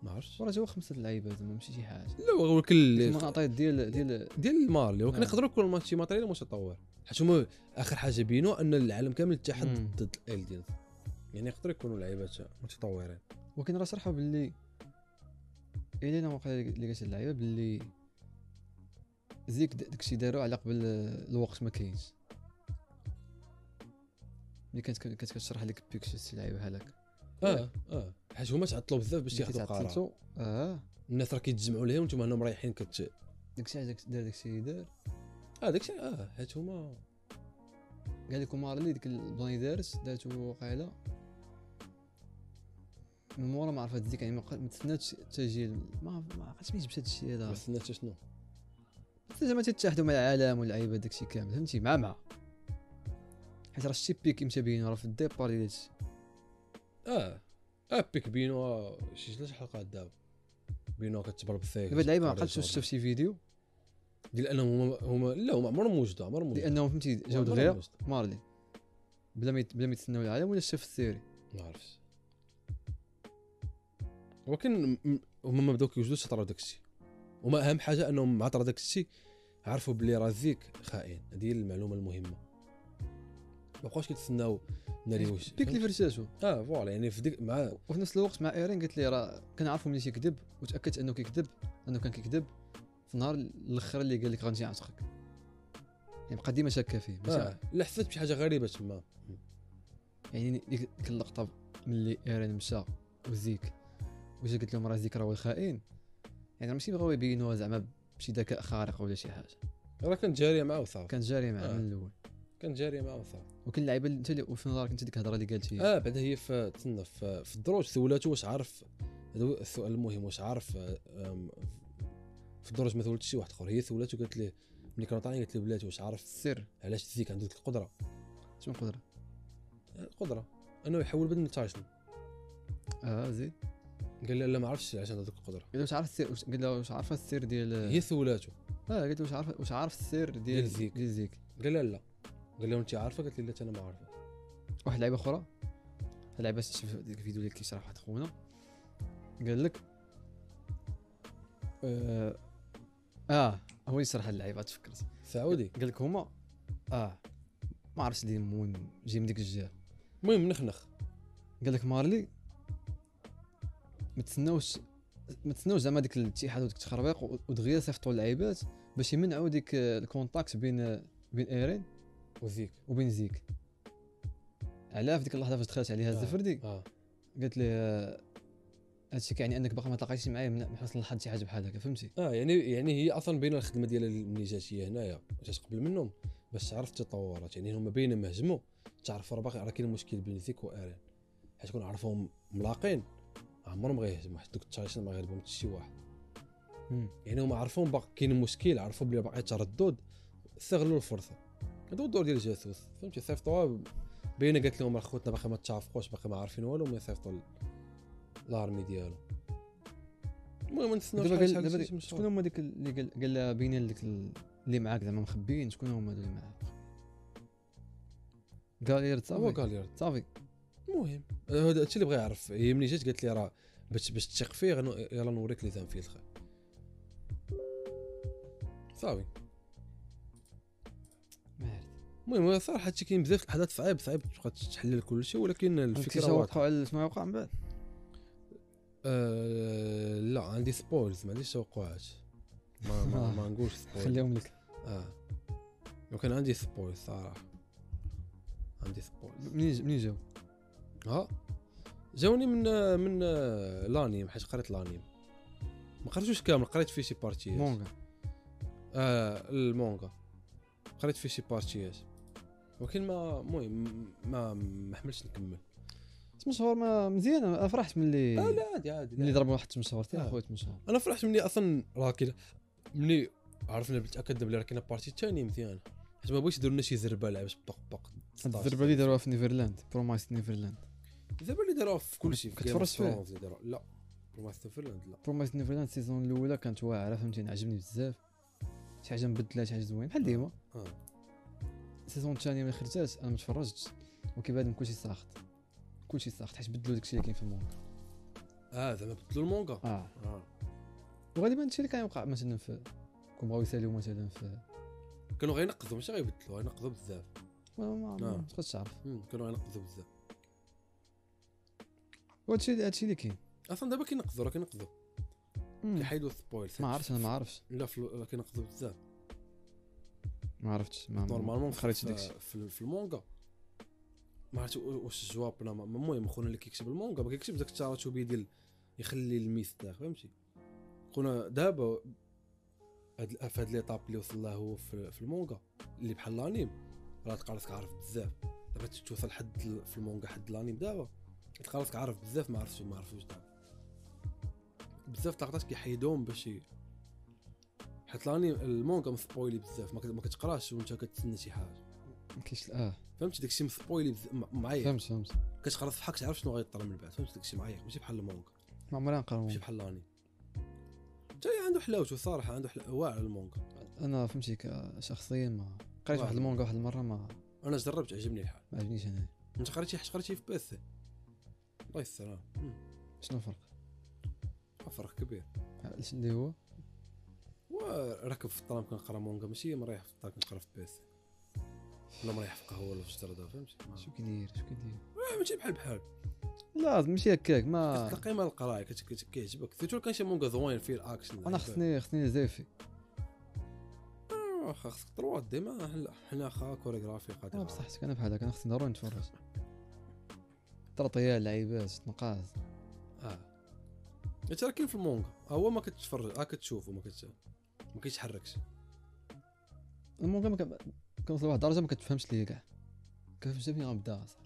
A: ما عرفتش
B: وراه جاو خمسه اللعيبه زعما ماشي شي حاجه
A: لا ولكن اللي-
B: المعطيات ديال ديال
A: ديال المارلي ولكن
B: آه.
A: يقدروا يكون الماتش شي ماتريال متطور حيت هما اخر حاجه بينوا ان العالم كامل اتحد
B: مم.
A: ضد ال ديال يعني يقدروا يكونوا لعيبات متطورين
B: ولكن راه صرحوا باللي الا انا وقع اللي قالت اللعيبه باللي زيك د- داكشي دارو على قبل الوقت ما كاينش ملي كانت كانت كتشرح لك بيكش شي لعيبه بحالك آه،
A: اه اه حيت هما تعطلوا بزاف باش ياخذوا قرار
B: اه
A: الناس راه كيتجمعوا لهم وانتم هنا مريحين كت
B: داكشي علاش داك- دار داكشي اللي دار
A: اه داكشي اه حيت هما
B: قال لك مارلي ديك البلان اللي دارت دارته وقيله من مورا ما عرفت ديك يعني ما بقى- ما تسناتش تسجيل ما ما عرفتش مين جبت هاد الشيء هذا
A: ما استناش شنو
B: حتى زعما تتحدوا مع العالم واللعيبه داكشي كامل فهمتي مع مع حيت راه شتي بيك امتى بينو راه في الديبار ديال هادشي
A: اه اه بيك بينو آه، شي ثلاث حلقات دابا بينو كتبرب فيك
B: دابا اللعيبه ما عقلتش واش شاف شي فيديو
A: ديال انهم هما هما لا هما عمرهم وجدوا عمرهم وجدوا
B: لانهم فهمتي جاو
A: عمرهم
B: دغيا
A: وجدوا.
B: مارلي بلا ما يت- بلا ما يتسناو العالم ولا شاف السيري
A: ما عرفتش ولكن م- هما ما بداو كيوجدوا شطروا داك الشيء وما اهم حاجه انهم مع طرا داك الشيء عرفوا بلي راه ذيك خائن هذه هي المعلومه المهمه ما بقاوش كيتسناو ناري واش
B: بيك اللي فرشاشو
A: اه فوالا يعني في ديك مع
B: وفي نفس الوقت مع ايرين قالت لي راه كنعرفو ملي تيكذب وتاكدت انه كيكذب انه كان كيكذب في النهار الاخر اللي قال لك غنجي نعتقك يعني بقى ديما شاكه فيه ماشي
A: آه. لا حسيت بشي حاجه غريبه تما
B: يعني ديك ديك اللقطه ملي ايرين مشى وزيك وجا قلت لهم راه زيك راه هو الخائن يعني ماشي بغاو يبينوها زعما بشي ذكاء خارق ولا شي حاجه
A: راه كانت جاريه مع وثاق
B: كان جاري معاه
A: آه.
B: من الاول
A: كانت جاريه مع وثاق
B: وكل اللعيبه اللي انت اللي وفي نظرك انت ديك الهضره اللي قالت هي
A: اه بعدا هي في تسنى في, في الدروج سولاتو واش عارف هذا هو السؤال المهم واش عارف آه، آم، في الدروج ما ثولتش شي واحد اخر هي سولاتو قالت ليه ملي كانوا طالعين قالت له بلاتي واش عارف
B: السر
A: علاش تزيك عنده ديك القدره
B: شنو القدره
A: القدره انه يحول بدل من تايسون آه،
B: اه زيد
A: قال لها لا ما عرفتش علاش عنده ديك القدره
B: قال له واش عارف السر واش- قال له واش عارفه السر ديال
A: هي سولاتو
B: اه قالت له واش عارف واش عارف السر
A: ديال
B: ديال
A: زيك.
B: ديال زيك
A: قال لها لا قال لها انت عارفه قالت لي لا انا ما عارفه
B: واحد اللعيبه اخرى اللعيبه شفت ديك الفيديو اللي كيشرح واحد خونا قال لك اه, آه هو يشرح اللعيبه تفكرت
A: سعودي
B: قال لك هما اه ما عرفتش اللي مون جاي من ديك الجهه
A: المهم نخنخ
B: قال لك مارلي ما تسناوش ما تسناوش زعما ديك الاتحاد وديك التخربيق و- ودغيا صيفطوا اللعيبات باش يمنعوا ديك آه، الكونتاكت بين آه، بين ايرين
A: وذيك
B: وبين زيك علاه في ديك اللحظه فاش دخلت عليها
A: آه.
B: الزفردي
A: اه
B: قالت لي آه، هادشي كيعني انك باقي ما تلاقيتش معايا من من حسن الحظ شي حاجه بحال هكا فهمتي
A: اه يعني يعني هي اصلا باينه الخدمه ديالها ملي جات هي هنايا جات قبل منهم باش تعرف التطورات يعني هما باينه ما هجموا تعرف راه باقي راه كاين مشكل بين ذيك وارين حيت كون عرفوهم ملاقين عمرهم غيهجموا حيت دوك التشايشن ما غيهربهم حتى شي واحد يعني هما عرفوهم باقي كاين مشكل عرفوا بلي باقي تردد استغلوا الفرصه هذا هو الدور ديال الجاسوس فهمتي صيفطوها باينه قالت لهم راه خوتنا باقي ما تشافقوش باقي ما عارفين والو ما يصيفطوا ال- الارمي ديالو المهم نتسناو
B: دابا
A: شحال
B: قال
A: شحال
B: دابا
A: شي-
B: ديك-
A: شي-
B: شكون هما ديك اللي قال قال لها بين ديك ال- اللي معاك زعما مخبيين شكون هما هادو اللي معاك غالير
A: هو
B: صافي
A: قال
B: صافي
A: المهم هذا الشيء اللي بغا يعرف هي ملي جات قالت لي راه باش باش تثق فيه غنو- يلا نوريك لي زانفيلتر صافي
B: ما عرفت
A: المهم هو صراحه هادشي كاين بزاف الحالات صعيب صعيب تبقى تحلل كل شيء ولكن
B: الفكره
A: الفكره واضحه
B: توقع على شنو يوقع من بعد
A: آه لا عندي سبويلز ما عنديش توقعات ما ما, ما نقولش سبويلز
B: خليهم لك
A: اه وكان عندي سبويلز صراحه عندي سبويلز
B: منين منين جاو
A: ها جاوني من من آه، لانيم حيت قريت لانيم ما قريتوش كامل قريت فيه شي بارتيات
B: مونغا
A: آه المونغا قريت فيه شي بارتيات ولكن ما المهم ما ما حملتش نكمل
B: ثمان شهور ما مزيان انا فرحت ملي
A: آه لا عادي عادي
B: ملي
A: لا.
B: ضربوا واحد ثمان شهور
A: آه.
B: تاع خويا ثمان شهور
A: انا فرحت ملي اصلا راه كاين ملي عرفنا بالتاكد بلي راه كاينه بارتي ثاني مزيانه حيت ما بغيتش يديروا لنا شي زربه لعب طق طق
B: الضربه اللي داروها في نيفرلاند برومايس نيفرلاند
A: الزربه اللي داروها في كلشي في
B: كتفرج
A: Game of
B: فيه؟
A: Thrones اللي داروها لا بروماس فيرلاند لا
B: برومايس نيفرلاند السيزون الاولى كانت واعره فهمتيني عجبني بزاف شي حاجه مبدله شي حاجه زوينه بحال ديما
A: اه
B: السيزون الثاني ما خرجتهاش انا ما تفرجتش وكيبان كلشي ساخط كلشي ساخط حيت بدلوا داكشي اللي كاين في المونغا
A: اه زعما بدلوا المونغا
B: اه
A: آه.
B: وغالبا هادشي اللي كيوقع مثلا في كون بغاو يساليو مثلا في
A: كانوا غينقذوا ماشي غيبدلوا غينقذوا بزاف
B: ما ما-
A: آه.
B: ما تقدرش تعرف
A: مم، كانوا غينقذوا بزاف
B: وهادشي هادشي اللي كاين
A: اصلا دابا كينقذوا راه كينقذوا
B: مم.
A: كيحيدوا السبويل
B: ما عرفتش انا ما عرفتش
A: لا فلو- راه كينقذوا بزاف
B: ما عرفتش ما
A: نورمالمون
B: ما قريتش داكشي
A: في, في, في المونغا ما عرفت واش الجواب ولا ما- المهم خونا اللي كيكتب المونغا ما كيكتبش داك التراتبي ديال يخلي الميستير فهمتي خونا دابا هاد في هاد ليطاب اللي وصل لها هو في, في المونغا اللي بحال الانيم راه تلقى راسك عارف بزاف دابا ت- توصل حد ال- في المونغا حد الانيم دابا تلقى راسك عارف بزاف ما عرفتش ما عرفتش دابا بزاف لقطات كيحيدوهم باش ي- حيت الانيم المونغا مسبويلي بزاف ما كت- ما كتقراش وانت كتسنى شي حاجه
B: ما كاينش اه
A: فهمتي داكشي مسبويلي بز... م- معايق
B: فهمت فهمت
A: كتقرا في حقك تعرف شنو غيطرى من بعد فهمت داكشي معايق ماشي بحال المونغا
B: ما عمري نقرا
A: ماشي بحال لاني حتى هي عنده حلاوته صراحه عنده حلا... واعر المونغا
B: انا فهمتي ك- شخصيا ما قريت واحد
A: واعر.
B: المونغا واحد المره ما
A: انا جربت عجبني الحال
B: ما عجبنيش انا
A: انت قريتي حش قريتي في بيس الله يستر
B: شنو الفرق
A: فرق كبير
B: شنو اللي هو
A: وراكب في الطرام كنقرا مونغا ماشي مريح في الطرام كنقرا في بيس ولا مريح في قهوه ولا في الشطر فهمتي
B: شو كيدير شو كيدير
A: آه، ماشي بحال بحال
B: لا ماشي هكاك ما
A: كتلقى مع القرايه كت- كت- كيعجبك سيرتو كان شي مونغا زوين فيه الاكشن
B: انا
A: عجبك.
B: خصني خصني زيفي
A: آه، خاصك 3 دي ما حنا- حنا خا كوريغرافي قادر
B: انا بصحتك انا بحالك انا خصني ضروري نتفرج طرطيات لعيبات نقاز
A: اه انت راه كاين في المونغا ها آه، هو ما كتتفرج ها كتشوف وما كت ما كيتحركش
B: المونغا ما كان- كنوصل لواحد الدرجه ما كتفهمش ليا كاع كنفهمش فين غنبدا أصاً.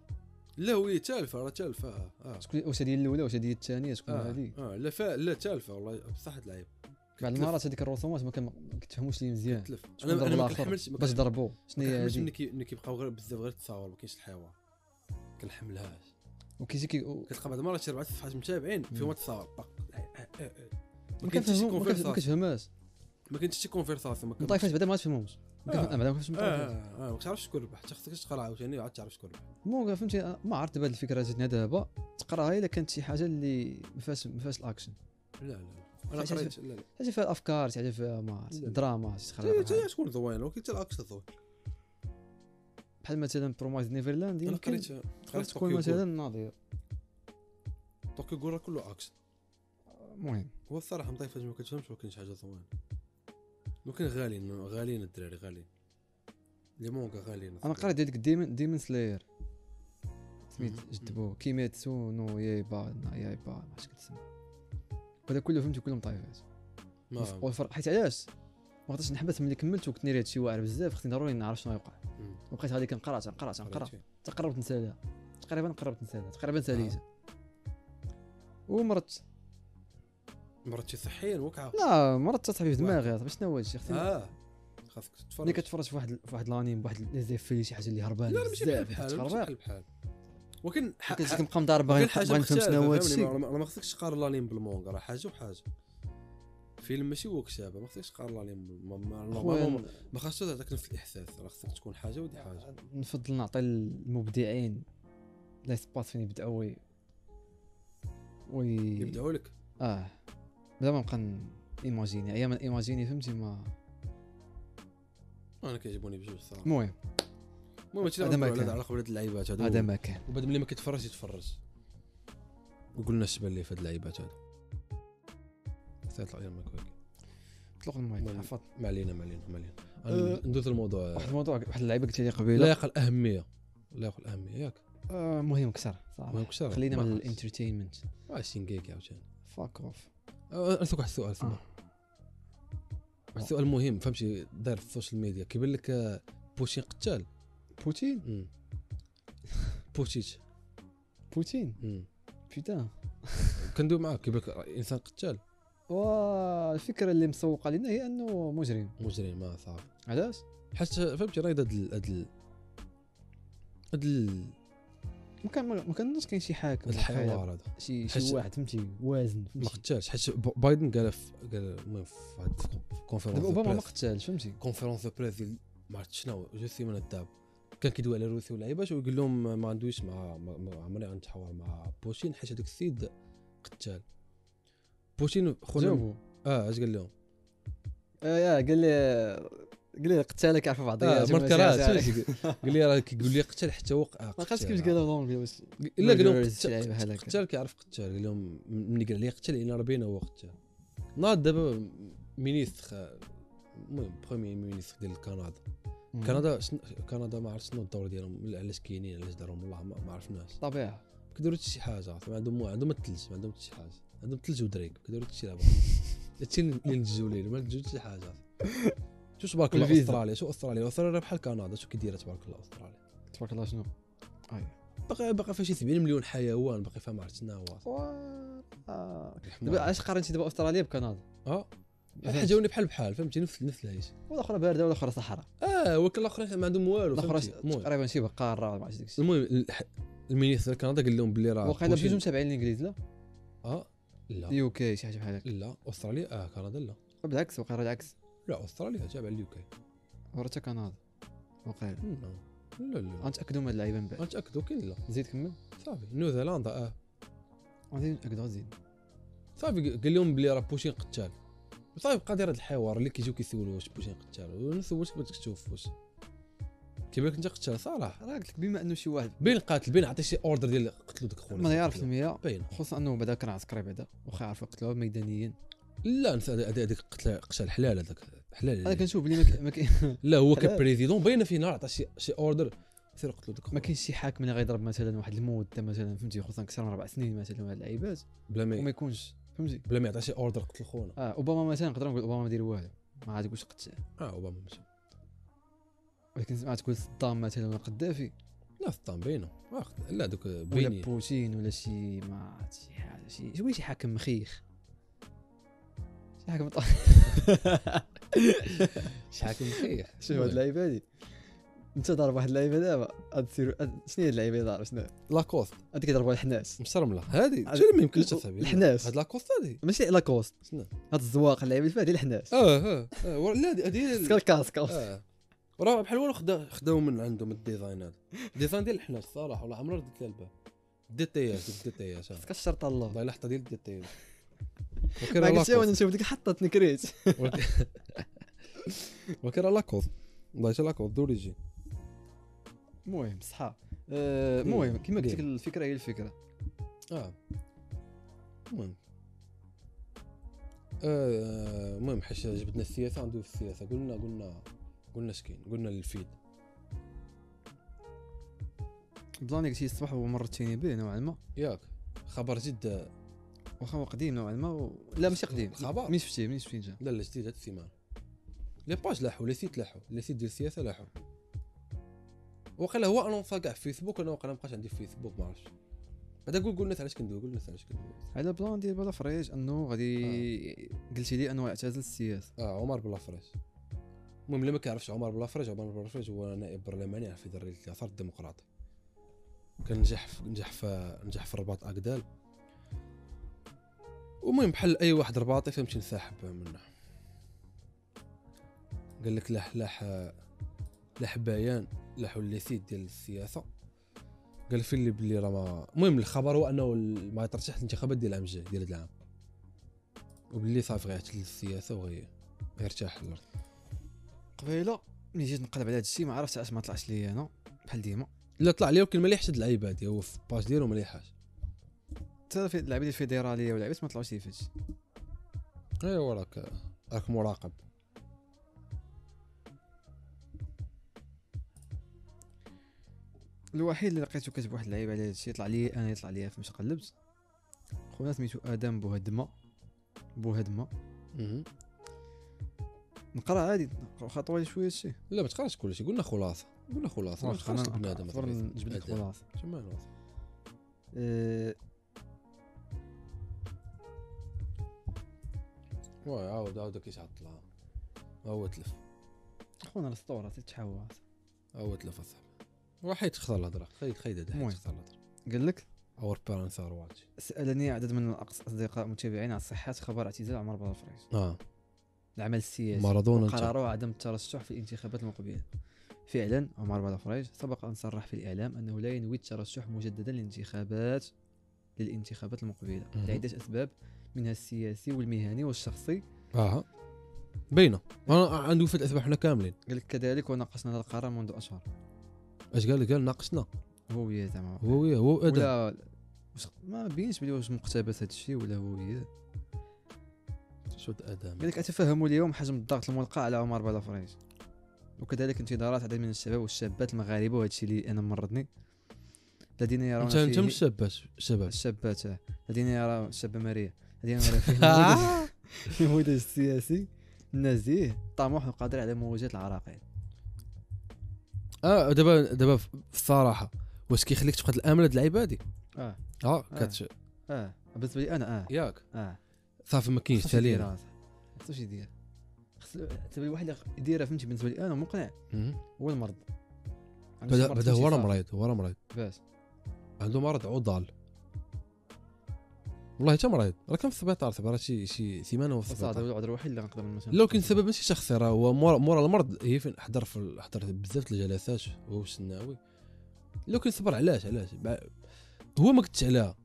A: لا هو تالفه راه تالفه اه اه
B: شكون واش هذه هي الاولى واش هذه هي الثانيه شكون
A: اه,
B: هذه
A: آه. لا فا لا تالفه والله بصح هاد العيب
B: بعض المرات هذيك الرسومات ما كان- ما كتفهموش لي مزيان
A: تلف
B: شكون
A: انا
B: ضرب
A: انا ما
B: الآخر؟
A: كنحملش ما
B: باش ضربوا شنو هي
A: كنحملش ملي
B: هذه
A: كي- ملي كيبقاو غير بزاف غير التصاور ما كاينش الحوار كنحملهاش
B: وكيجي كي و-
A: كتلقى بعض المرات شي ربعه صفحات متابعين فيهم
B: مم.
A: التصاور باق. آه، آه، آه، آه.
B: ما
A: ما كاينش شي
B: كتفهمو- ما كت- ما
A: كونفيرساسيون
B: كتفهمهاش
A: ما كاينش شي كونفيرساسيون ما كاينش
B: مطايفاش بعدا ما غتفهمهمش ما كتفهم-
A: آه.
B: بعدا ما كتفهمش
A: اه
B: مطايفاش
A: اه آه، ما كتعرفش شكون ربح حتى خصك تقرا عاوتاني عاد تعرف شكون ربح
B: المونغا فهمتي أنا ما عرفت بهاد الفكره جاتني دابا تقراها الا كانت شي حاجه اللي ما فيهاش ما فيهاش الاكشن
A: لا لا انا
B: حاجة-
A: قريت لا لا
B: حاجه فيها الافكار شي حاجه فيها ما عرفت
A: لا. إيه،
B: دراما شي
A: حتى هي-
B: تخرب
A: حتى هي تكون زوينه ولكن حتى العكس زوين
B: بحال مثلا برومايز نيفرلاند
A: انا
B: يمكن
A: قريت
B: تقدر
A: قريت
B: تكون مثلا
A: طوكيو
B: ناظر
A: طوكيو جول راه كله اكشن
B: المهم
A: هو الصراحه مضيفه ما كتفهمش ولكن شي حاجه زوينه ممكن غاليين غاليين الدراري غاليين لي مونغا غاليين
B: انا قريت ديك ديمن ديمن سلاير
A: مم.
B: سميت جدبو كيميتسو نو يايبا نا يايبا ما عرفتش كتسمى هذا كله فهمتي كلهم طايفات
A: نعم. ما
B: والفرق حيت علاش ما قدرتش نحبس ملي كملت وكنت نيري هادشي واعر بزاف خصني ضروري نعرف شنو يوقع
A: مم.
B: وبقيت غادي كنقرا تنقرا تنقرا
A: قريت.
B: تقربت نسالها تقريبا قربت نسالها تقريبا ساليتها آه. ومرت
A: مرات شي صحيين وقعه
B: لا مرت تصاحبي في دماغي أصاحبي، شنو هو هادشي خصني
A: اه خاصك تتفرج
B: ملي كتفرج في واحد في واحد لانيم بواحد لي زيفي شي حاجه اللي هربان
A: لا لا ماشي بحال
B: بزاف
A: بحال ماشي
B: تخربيق
A: بحال بحال ولكن ح- ح-
B: كتجي كنبقى مضارب باغي
A: كاين
B: نفهم
A: حاجه
B: شنو
A: مختلفه
B: هو
A: فهمني
B: هادشي
A: راه يعني ما راه ما خصكش تقارن لانيم بالمونغا راه حاجه وحاجه فيلم ماشي هو كتابه ما خصكش تقارن لانيم ما- ما-
B: خويا
A: ما- ما خاصش تعطيك نفس الاحساس راه خصك تكون حاجه ودي
B: إيه.
A: حاجه
B: نفضل نعطي المبدعين لا سباس فين يبداو وي- وي
A: يبدعوا لك
B: اه بلا ما نبقى ن- ايماجيني ايام ايماجيني فهمتي ما
A: انا كيعجبوني بجوج صراحه
B: المهم
A: المهم هادشي
B: هذا
A: اللي
B: ما
A: غنقولوا على
B: كان.
A: علاقه بهاد اللعيبات هادو
B: هذا ما كان
A: وبعد ملي ما كيتفرج يتفرج وقلنا الشباب اللي في هاد اللعيبات هادو سيط العيال ما كويك
B: اطلق المايك
A: المهم.
B: عفوا
A: ما علينا ما علينا ما علينا
B: أه.
A: غن- ندوز الموضوع
B: واحد الموضوع واحد اللعيبه قلت لي قبيله
A: لائق الاهميه لائق الاهميه ياك
B: آه مهم كثر
A: مهم
B: صراحه
A: كثر
B: خلينا
A: ما آه،
B: من
A: خلص.
B: الانترتينمنت
A: عشرين جيجا عاوتاني
B: فاك اوف
A: أه، نسوق واحد السؤال سمع
B: آه.
A: واحد السؤال مهم فهمتي داير في السوشيال ميديا كيبان لك آه، بوتين قتال
B: بوتين
A: مم. بوتيت
B: بوتين
A: مم.
B: بيتان
A: كندوي معاك كيبان لك راه انسان قتال
B: والفكره اللي مسوقه لنا هي انه مجرم
A: مجرم ما صعب
B: علاش
A: حيت فهمتي راه هاد ال- هاد ال- هاد ال-
B: ما كان ما كنظنش كاين شي حاكم
A: هاد
B: ولا
A: الحوار هذا
B: شي
A: حس-
B: شي واحد فهمتي وازن
A: ما
B: فهمتي
A: قتالش حيت ب- بايدن قال في- قال المهم في هاد في كونفيرونس
B: دابا اوباما ما
A: بريس
B: قتلش فهمتي
A: كونفيرونس دو بريس ديال ما عرفت شنو جوج سيمانات داب كان كيدوي على روسي واللعيبات ويقول لهم ما عندويش مع ما- ما عمري غنتحاور مع بوشين حيت هذاك السيد قتال بوتين خونا
B: جاوبوا
A: اه اش قال لهم
B: آه، يا قال لي قال لي قتالك عارف بعض
A: اه مركرات قال لي راه كيقول لي قتل حتى وقع
B: ما عرفتش
A: قتل.
B: كيفاش قالها بالانجلي بس
A: الا قال لهم
B: Murderers
A: قتل-
B: لعيبة
A: قتل-
B: هلاك.
A: قتال كيعرف قتال قال لهم ملي قال لي قتل انا ربينا هو قتال ناض دابا مينيستر المهم بخومي مينيستر ديال كندا كندا شن- كندا ما عرفت شنو الدور ديالهم علاش كاينين علاش دارهم والله ما ما عرفناش
B: طبيعه
A: كيديروا حتى شي حاجه عرفت؟ ما عندهم ما عندهم الثلج ما عندهم حتى شي حاجه عندهم الثلج ودريك كيديروا حتى شي لعبه هادشي اللي نجزوا ليه ما نجزوا حتى شي حاجه شو تبارك الله
B: بالفيزا.
A: استراليا شو استراليا استراليا بحال كندا شو كيديرها تبارك الله استراليا
B: تبارك الله شنو اي
A: باقي باقي فيها شي 70 مليون حيوان باقي فيها ما عرفت شنو هو
B: آه. دابا
A: الحمار.
B: علاش قارنتي دابا استراليا بكندا
A: اه
B: علاش؟
A: جاوني بحال بحال فهمتي نفس نفس الهيش
B: ولا اخرى بارده ولا اخرى صحراء
A: اه ولكن الاخرين ما عندهم والو
B: ولا اخرى
A: فهمتي المهم
B: تقريبا شبه قاره ولا ما عرفتش داكشي
A: المهم الح- المينيستر ديال كندا قال لهم باللي راه
B: وقيلا
A: كلشي-
B: بجوج تابعين الانجليز لا
A: اه لا
B: يو كي شي حاجه بحال هكا
A: لا استراليا اه كندا لا
B: بالعكس وقيلا العكس
A: لا استراليا تابع لليوكي
B: ورا حتى كندا وقيلا
A: لا لا لا
B: غنتاكدوا من هاد اللعيبه من بعد
A: غنتاكدوا كاين لا
B: زيد كمل
A: صافي نيوزيلندا اه
B: غادي نتاكدوا زيد
A: صافي قال لهم بلي راه بوتين قتال صافي بقى داير هاد الحوار اللي كيجيو كيسولوا واش بوتين قتال وانا سولتك ما تكتشوف واش كيبان لك انت قتال صراحه
B: راه قلت لك بما انه شي واحد
A: بين قاتل بين عطي شي اوردر ديال قتلوا ديك خونا
B: ما يعرف المية
A: باين
B: خصوصا انه بعدا كان عسكري بعدا واخا عرفوا قتلوه ميدانيا
A: لا نسى هذيك قتله قتال حلال هذاك حلال
B: انا
A: هذيك.
B: كنشوف بلي ما كي- ما كي-
A: لا هو
B: حلال.
A: كبريزيدون باينه فيه نهار عطى شي شي اوردر سير قتلوا ديك
B: ما
A: خونا
B: كاينش شي حاكم اللي غيضرب مثلا واحد المده مثلا فهمتي خصوصا اكثر من اربع سنين مثلا وهاد اللعيبات
A: بلا
B: وما
A: ما
B: يكونش فهمتي
A: بلا ما يعطي شي اوردر قتل خونا
B: اه اوباما مثلا نقدر نقول اوباما ما دير والو ما عاد تقولش قتل
A: اه اوباما ماشي
B: ولكن ما عاد تقول صدام مثلا ولا قدافي
A: لا سلطان باينه واخد- لا دوك
B: ولا
A: باينين
B: بوتين ولا شي ما عرفت شي حاجه شي شويه شي حاكم مخيخ شي حاكم طاح
A: شحال كان مخيح
B: شوف هاد اللعيبه هادي انت ضارب واحد اللعيبه دابا غاد سير غاد- شنو هي اللعيبه اللي ضارب شنو
A: لاكوست
B: غادي كيضربوا الحناس
A: مصرمله هذه
B: هاد-
A: شنو ما يمكنش تصاحبي
B: الحناس
A: هاد لاكوست هذه
B: ماشي لاكوست
A: شنو
B: هاد الزواق اللعيبه اللي فيها ديال الحناس
A: اه اه آه، ور- لا هذه- هذه
B: سكا الكاسك
A: اه راه بحال والو خدا خداو من عندهم الديزاين هذا الديزاين ديال الحناش صراحه ولا عمرها رديت لها البال ديتياج ديتياج
B: سكا الشرطه الله
A: آه. والله لحظه ديال ديتياج
B: ما قلت وانا
A: ولكن
B: نشوف ديك حطتني كريت
A: ولكن راه لاكوست والله حتى لاكوست دوريجين
B: المهم صحا آه، المهم كما قلت لك
A: دير.
B: الفكره هي الفكره
A: اه المهم آه، المهم حيت جبدنا السياسه غندوز السياسه قلنا قلنا قلنا شكين قلنا الفيد
B: البلان اللي قلت لي الصباح هو مرتيني به نوعا ما
A: ياك خبر جد
B: واخا هو قديم نوعا ما و... لا ماشي قديم
A: خبر.
B: مين شفتيه مين شفتيه جا
A: لا لا جديد هاد السيمانه لي باج لاحوا لي سيت لاحوا لي سيت ديال السياسه لاحوا وقيلا هو انونسا كاع في فيسبوك انا وقيلا مابقاش عندي فيسبوك ما عرفتش هذا قول قول الناس علاش كندوي قول الناس علاش كندوي
B: على بلان ديال بلا فريج انه غادي قلتي لي انه اعتزل السياسه
A: اه عمر بلافريج المهم اللي ما كيعرفش عمر بلافريج عمر بلافريج هو نائب برلماني في دري اليسار الديمقراطي كان نجح في نجح في نجح في الرباط اكدال ومهم بحال اي واحد رباطي فهمتي انسحب منه قال لك لاح لاح لاح بيان لاحوا لي سيت ديال السياسه قال في اللي بلي راه ما المهم الخبر هو انه ال- ما يطرحش الانتخابات ديال العام الجاي ديال هاد العام وبلي صافي غيعتل السياسه وغي غيرتاح الارض
B: قبيله ملي جيت نقلب على هذا الشيء ما عرفتش علاش ما طلعش لي انا بحال ديما
A: لا طلع ليه ولكن ما ليحش هاد اللعيبه هادي هو في الباج ديالو ما ليحاش
B: حتى في اللعيبه ديال الفيدراليه واللعيبات ما طلعوش لي في هادشي
A: ايوا راك إيه، راك مراقب
B: الوحيد اللي لقيتو كتب واحد اللعيب على هادشي يطلع لي انا يطلع لي فاش قلبت خونا سميتو ادم بوهدمه بوهدمه نقرا عادي واخا طويل شويه هادشي
A: لا ما تقراش كلشي قلنا خلاصه قلنا خلاصه ما تقراش بنادم
B: أعتبر نجبد لك
A: بنادم.
B: خلاص
A: جمال والله.
B: أه،
A: واه عاود عاود كيشعط طلع هو تلف
B: خونا الاسطوره تتحول
A: هو تلف اصاحبي وحيد تختار الهضره خيد خيد هذا حيت
B: المهم.
A: تختار الهضره
B: قال لك
A: اور بارنس ار واتش
B: سالني عدد من الأقص- الاصدقاء المتابعين عن صحه خبر اعتزال عمر بن فريج
A: اه
B: العمل السياسي
A: مارادونا انت
B: قرروا عدم الترشح في الانتخابات المقبله فعلا عمر بن فريج سبق ان صرح في الاعلام انه لا ينوي الترشح مجددا للانتخابات للانتخابات المقبله
A: مهم.
B: لعده اسباب منها السياسي والمهني والشخصي
A: اها باينه انا عنده وفد الاتباع حنا كاملين
B: قال لك كذلك وناقشنا هذا القرار منذ اشهر
A: اش قال لك قال ناقشنا
B: هويه زعما
A: هو وياه، هو اداء
B: ولا واش- ما بينش بلي واش مقتبس هذا الشيء ولا هويه
A: شو اداء
B: قال لك اتفهموا اليوم حجم الضغط الملقى على عمر بلافريج وكذلك انتظارات عدد من الشباب والشابات المغاربه وهذا الشيء اللي انا مرضني الذين يرون
A: انت انت
B: فيه
A: مش شابات شباب
B: الشابات آه. الذين يرى الشابه ماريا الذين يرى فيه
A: آه.
B: النموذج- النموذج السياسي النزيه طموح وقادر على مواجهه العراقيل
A: اه دابا دابا في الصراحه واش كيخليك تفقد الامل هاد اللعيبه هادي
B: اه
A: اه كتش
B: اه بالنسبه لي انا اه
A: ياك
B: اه
A: صافي ما كاينش
B: خصو يدير
A: تالي
B: هذا. خصو شي يدير خصو تبي واحد اللي يديرها فهمتي بالنسبه لي انا مقنع هو المرض عندو شي
A: بدا
B: مرض
A: بدا هو
B: فهمتي
A: راه
B: صعب.
A: مريض هو راه مريض
B: باش
A: عنده مرض عضال والله حتى مريض راه كان في السبيطار تبع راه شي شي ثمانه هو في
B: صعب
A: السبيطار
B: هذا العذر الوحيد اللي غنقدر مثلا
A: لو كان السبب ماشي شخصي راه هو مورا مورا المرض هي فين حضر في ال- حضر بزاف د الجلسات هو السناوي لو كان صبر علاش علاش بع- هو ما كتش عليها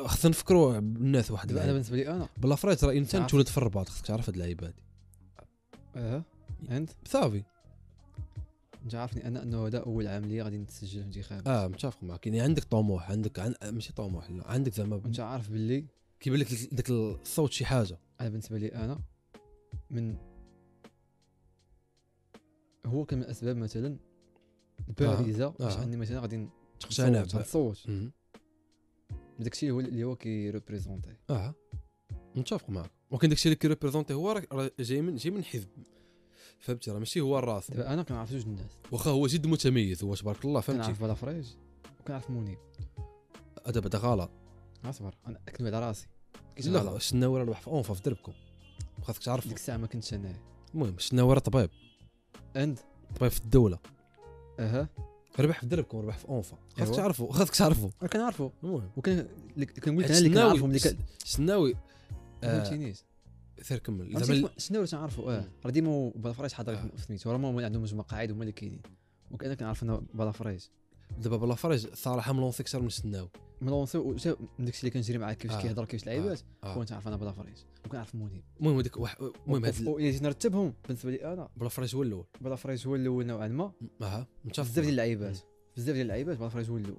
A: خصنا نفكروا الناس واحد
B: دابا انا
A: اللعيب.
B: بالنسبه لي انا
A: بلا فريت راه انسان
B: تعرف.
A: تولد في الرباط خصك تعرف هاد اللعيبه هادي
B: اه انت
A: صافي
B: انت عارفني انا انه هذا اول عام لي غادي نتسجل في انتخاب
A: اه متفق معك يعني عندك طموح عندك عن... ماشي طموح لا. عندك زعما
B: انت عارف باللي
A: كيبان لك ال- داك الصوت شي حاجه
B: انا بالنسبه لي انا من هو كان من الاسباب مثلا البارزه باش
A: آه.
B: اني مثلا غادي
A: تقتنع ب-
B: نصوت
A: مهم.
B: داك الشيء هو اللي هو كيريبريزونتي
A: اه متفق معك ولكن داكشي اللي كيريبريزونتي هو راه- راه جاي من جاي من حزب فهمتي راه ماشي هو الراس
B: دابا انا كنعرف جوج الناس
A: واخا هو جد متميز هو تبارك الله فهمتي
B: كنعرف بلافريج وكنعرف منيب
A: هذا بعدا غلط
B: اصبر انا اكذب على راسي كنت
A: لا
B: غلط
A: الشناوي راه لوحده في اونفا في دربكم خاصك
B: ديك
A: تعرفو
B: الساعه ما كنتش انا
A: المهم الشناوي راه طبيب
B: اند
A: طبيب في الدوله
B: اها
A: ربح في دربكم ربح في اونفا خاصك
B: إيوا.
A: تعرفو خاصك تعرفو
B: أنا كنعرفو
A: المهم
B: وكان اللي- كنقول لك
A: حيت
B: انا
A: الشناوي-
B: اللي كنعرفهم اللي كان-
A: الشناوي آه،
B: فهمتينيش
A: سير كمل
B: عرفتي
A: زعما
B: شنو- شنو اللي تنعرفو اه
A: مم.
B: راه ديما بلافريج حاضر
A: آه.
B: في سميتو راه هما عندهم جوج مقاعد هما اللي كاينين وكان كنعرف انا بلافريج
A: دابا بلا فرج صراحه ملونسي اكثر من الشناوي
B: ملونسي وجا من داكشي اللي كنجري معاه كيفاش
A: آه.
B: كيهضر كيفاش لعيبات
A: آه.
B: هو تنعرف انا بلافريج وكنعرف منيب
A: المهم هذيك واحد المهم هاد ال-
B: و- الا جيت نرتبهم بالنسبه لي انا
A: بلا فرج هو الاول
B: بلافريج هو الاول نوعا ما
A: اها متفق
B: بزاف ديال
A: معك.
B: اللعيبات بزاف ديال اللعيبات بلافريج هو الاول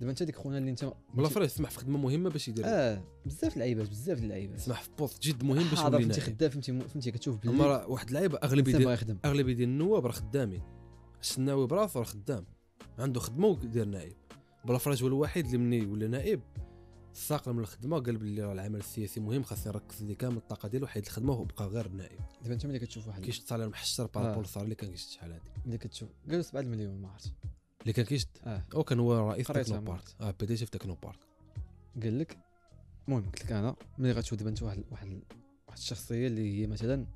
B: دابا انت ديك خونا اللي انت
A: بلا فرج سمح في خدمه مهمه باش يدير
B: اه بزاف د اللعيبات بزاف د اللعيبات
A: سمح في بوست جد مهم باش
B: حاضر
A: يولي
B: فهمتي
A: ناعم
B: خدام فهمتي فهمتي كتشوف
A: اما
B: بلي
A: راه واحد اللعيبه اغلبيه
B: الانسان
A: ديال
B: بغا يخدم
A: اغلبيه ديال النواب راه خدامين الشناوي براسو راه خدام عنده خدمه ودير نائب بلا فرج هو الوحيد اللي مني ولا نائب استقل من الخدمه قال بلي راه العمل السياسي مهم خاصني نركز لي كامل الطاقه ديالو حيد الخدمه وبقى غير نائب
B: دابا انت ملي كتشوف واحد
A: كيشد صالح محشر
B: آه.
A: بارابول صار اللي كان كيشد شحال هادي
B: ملي كتشوف قالوا 7 مليون ما عرفتش
A: اللي كان كيشد
B: اه
A: او كان هو رئيس
B: قريتها
A: تكنو بارك
B: مرات.
A: اه بي دي سي في تكنو بارك
B: قال لك المهم قلت لك انا ملي غتشوف دابا انت واحد واحد واحد الشخصيه اللي هي مثلا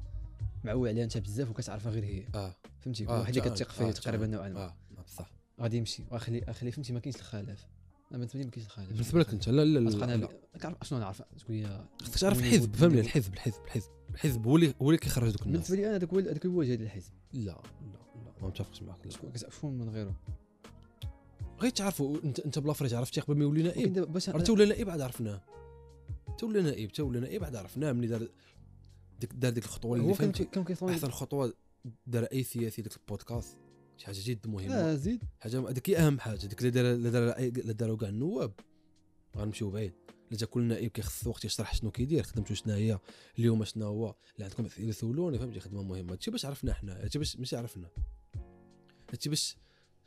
B: معول عليها انت بزاف وكتعرفها غير هي
A: اه
B: فهمتي
A: آه،
B: واحد اللي
A: تعاون،
B: كتثق
A: آه،
B: فيه تقريبا
A: تعاون.
B: نوعا ما
A: اه بصح
B: غادي يمشي واخلي اخلي فهمتي ما كاينش الخلاف انا بالنسبه لي ما كاينش الخلاف
A: بالنسبه لك انت لا لا
B: غتقنع
A: لا
B: بي-
A: لا.
B: كنعرف شنو نعرف شكون هي
A: خصك تعرف
B: وين
A: الحزب
B: يبغوا-
A: فهمني
B: يبغوا-
A: الحزب الحزب الحزب الحزب هو اللي هو اللي كيخرج دوك الناس
B: بالنسبه
A: لا
B: لي انا هذاك هو هذاك هو الوجه ديال الحزب
A: لا لا ما متفقش معك لا.
B: شكون كتعرفون من غيره
A: غير تعرفوا انت انت بلا فريج عرفتي قبل ما يولي
B: ولكن
A: نائب
B: دابا باش
A: راه تا ولا نائب عاد عرفناه تا ولا نائب تا ولا نائب عاد عرفناه ملي دار ديك دار ديك الخطوه اللي
B: هو كان
A: فهمتي
B: كان كيصوني
A: احسن خطوه دار اي سياسي ديك البودكاست شي حاجه جد مهمه
B: لا آه، زيد
A: حاجه هذيك هي اهم حاجه ديك لا دار لا دار أي- لا داروا كاع النواب غنمشيو بعيد لا جا كل نائب كيخص وقت يشرح شنو كيدير خدمته شنو هي اليوم شنو هو اللي عندكم اسئله سولوني فهمتي خدمه مهمه هادشي باش عرفنا حنا هادشي باش ماشي عرفنا هادشي باش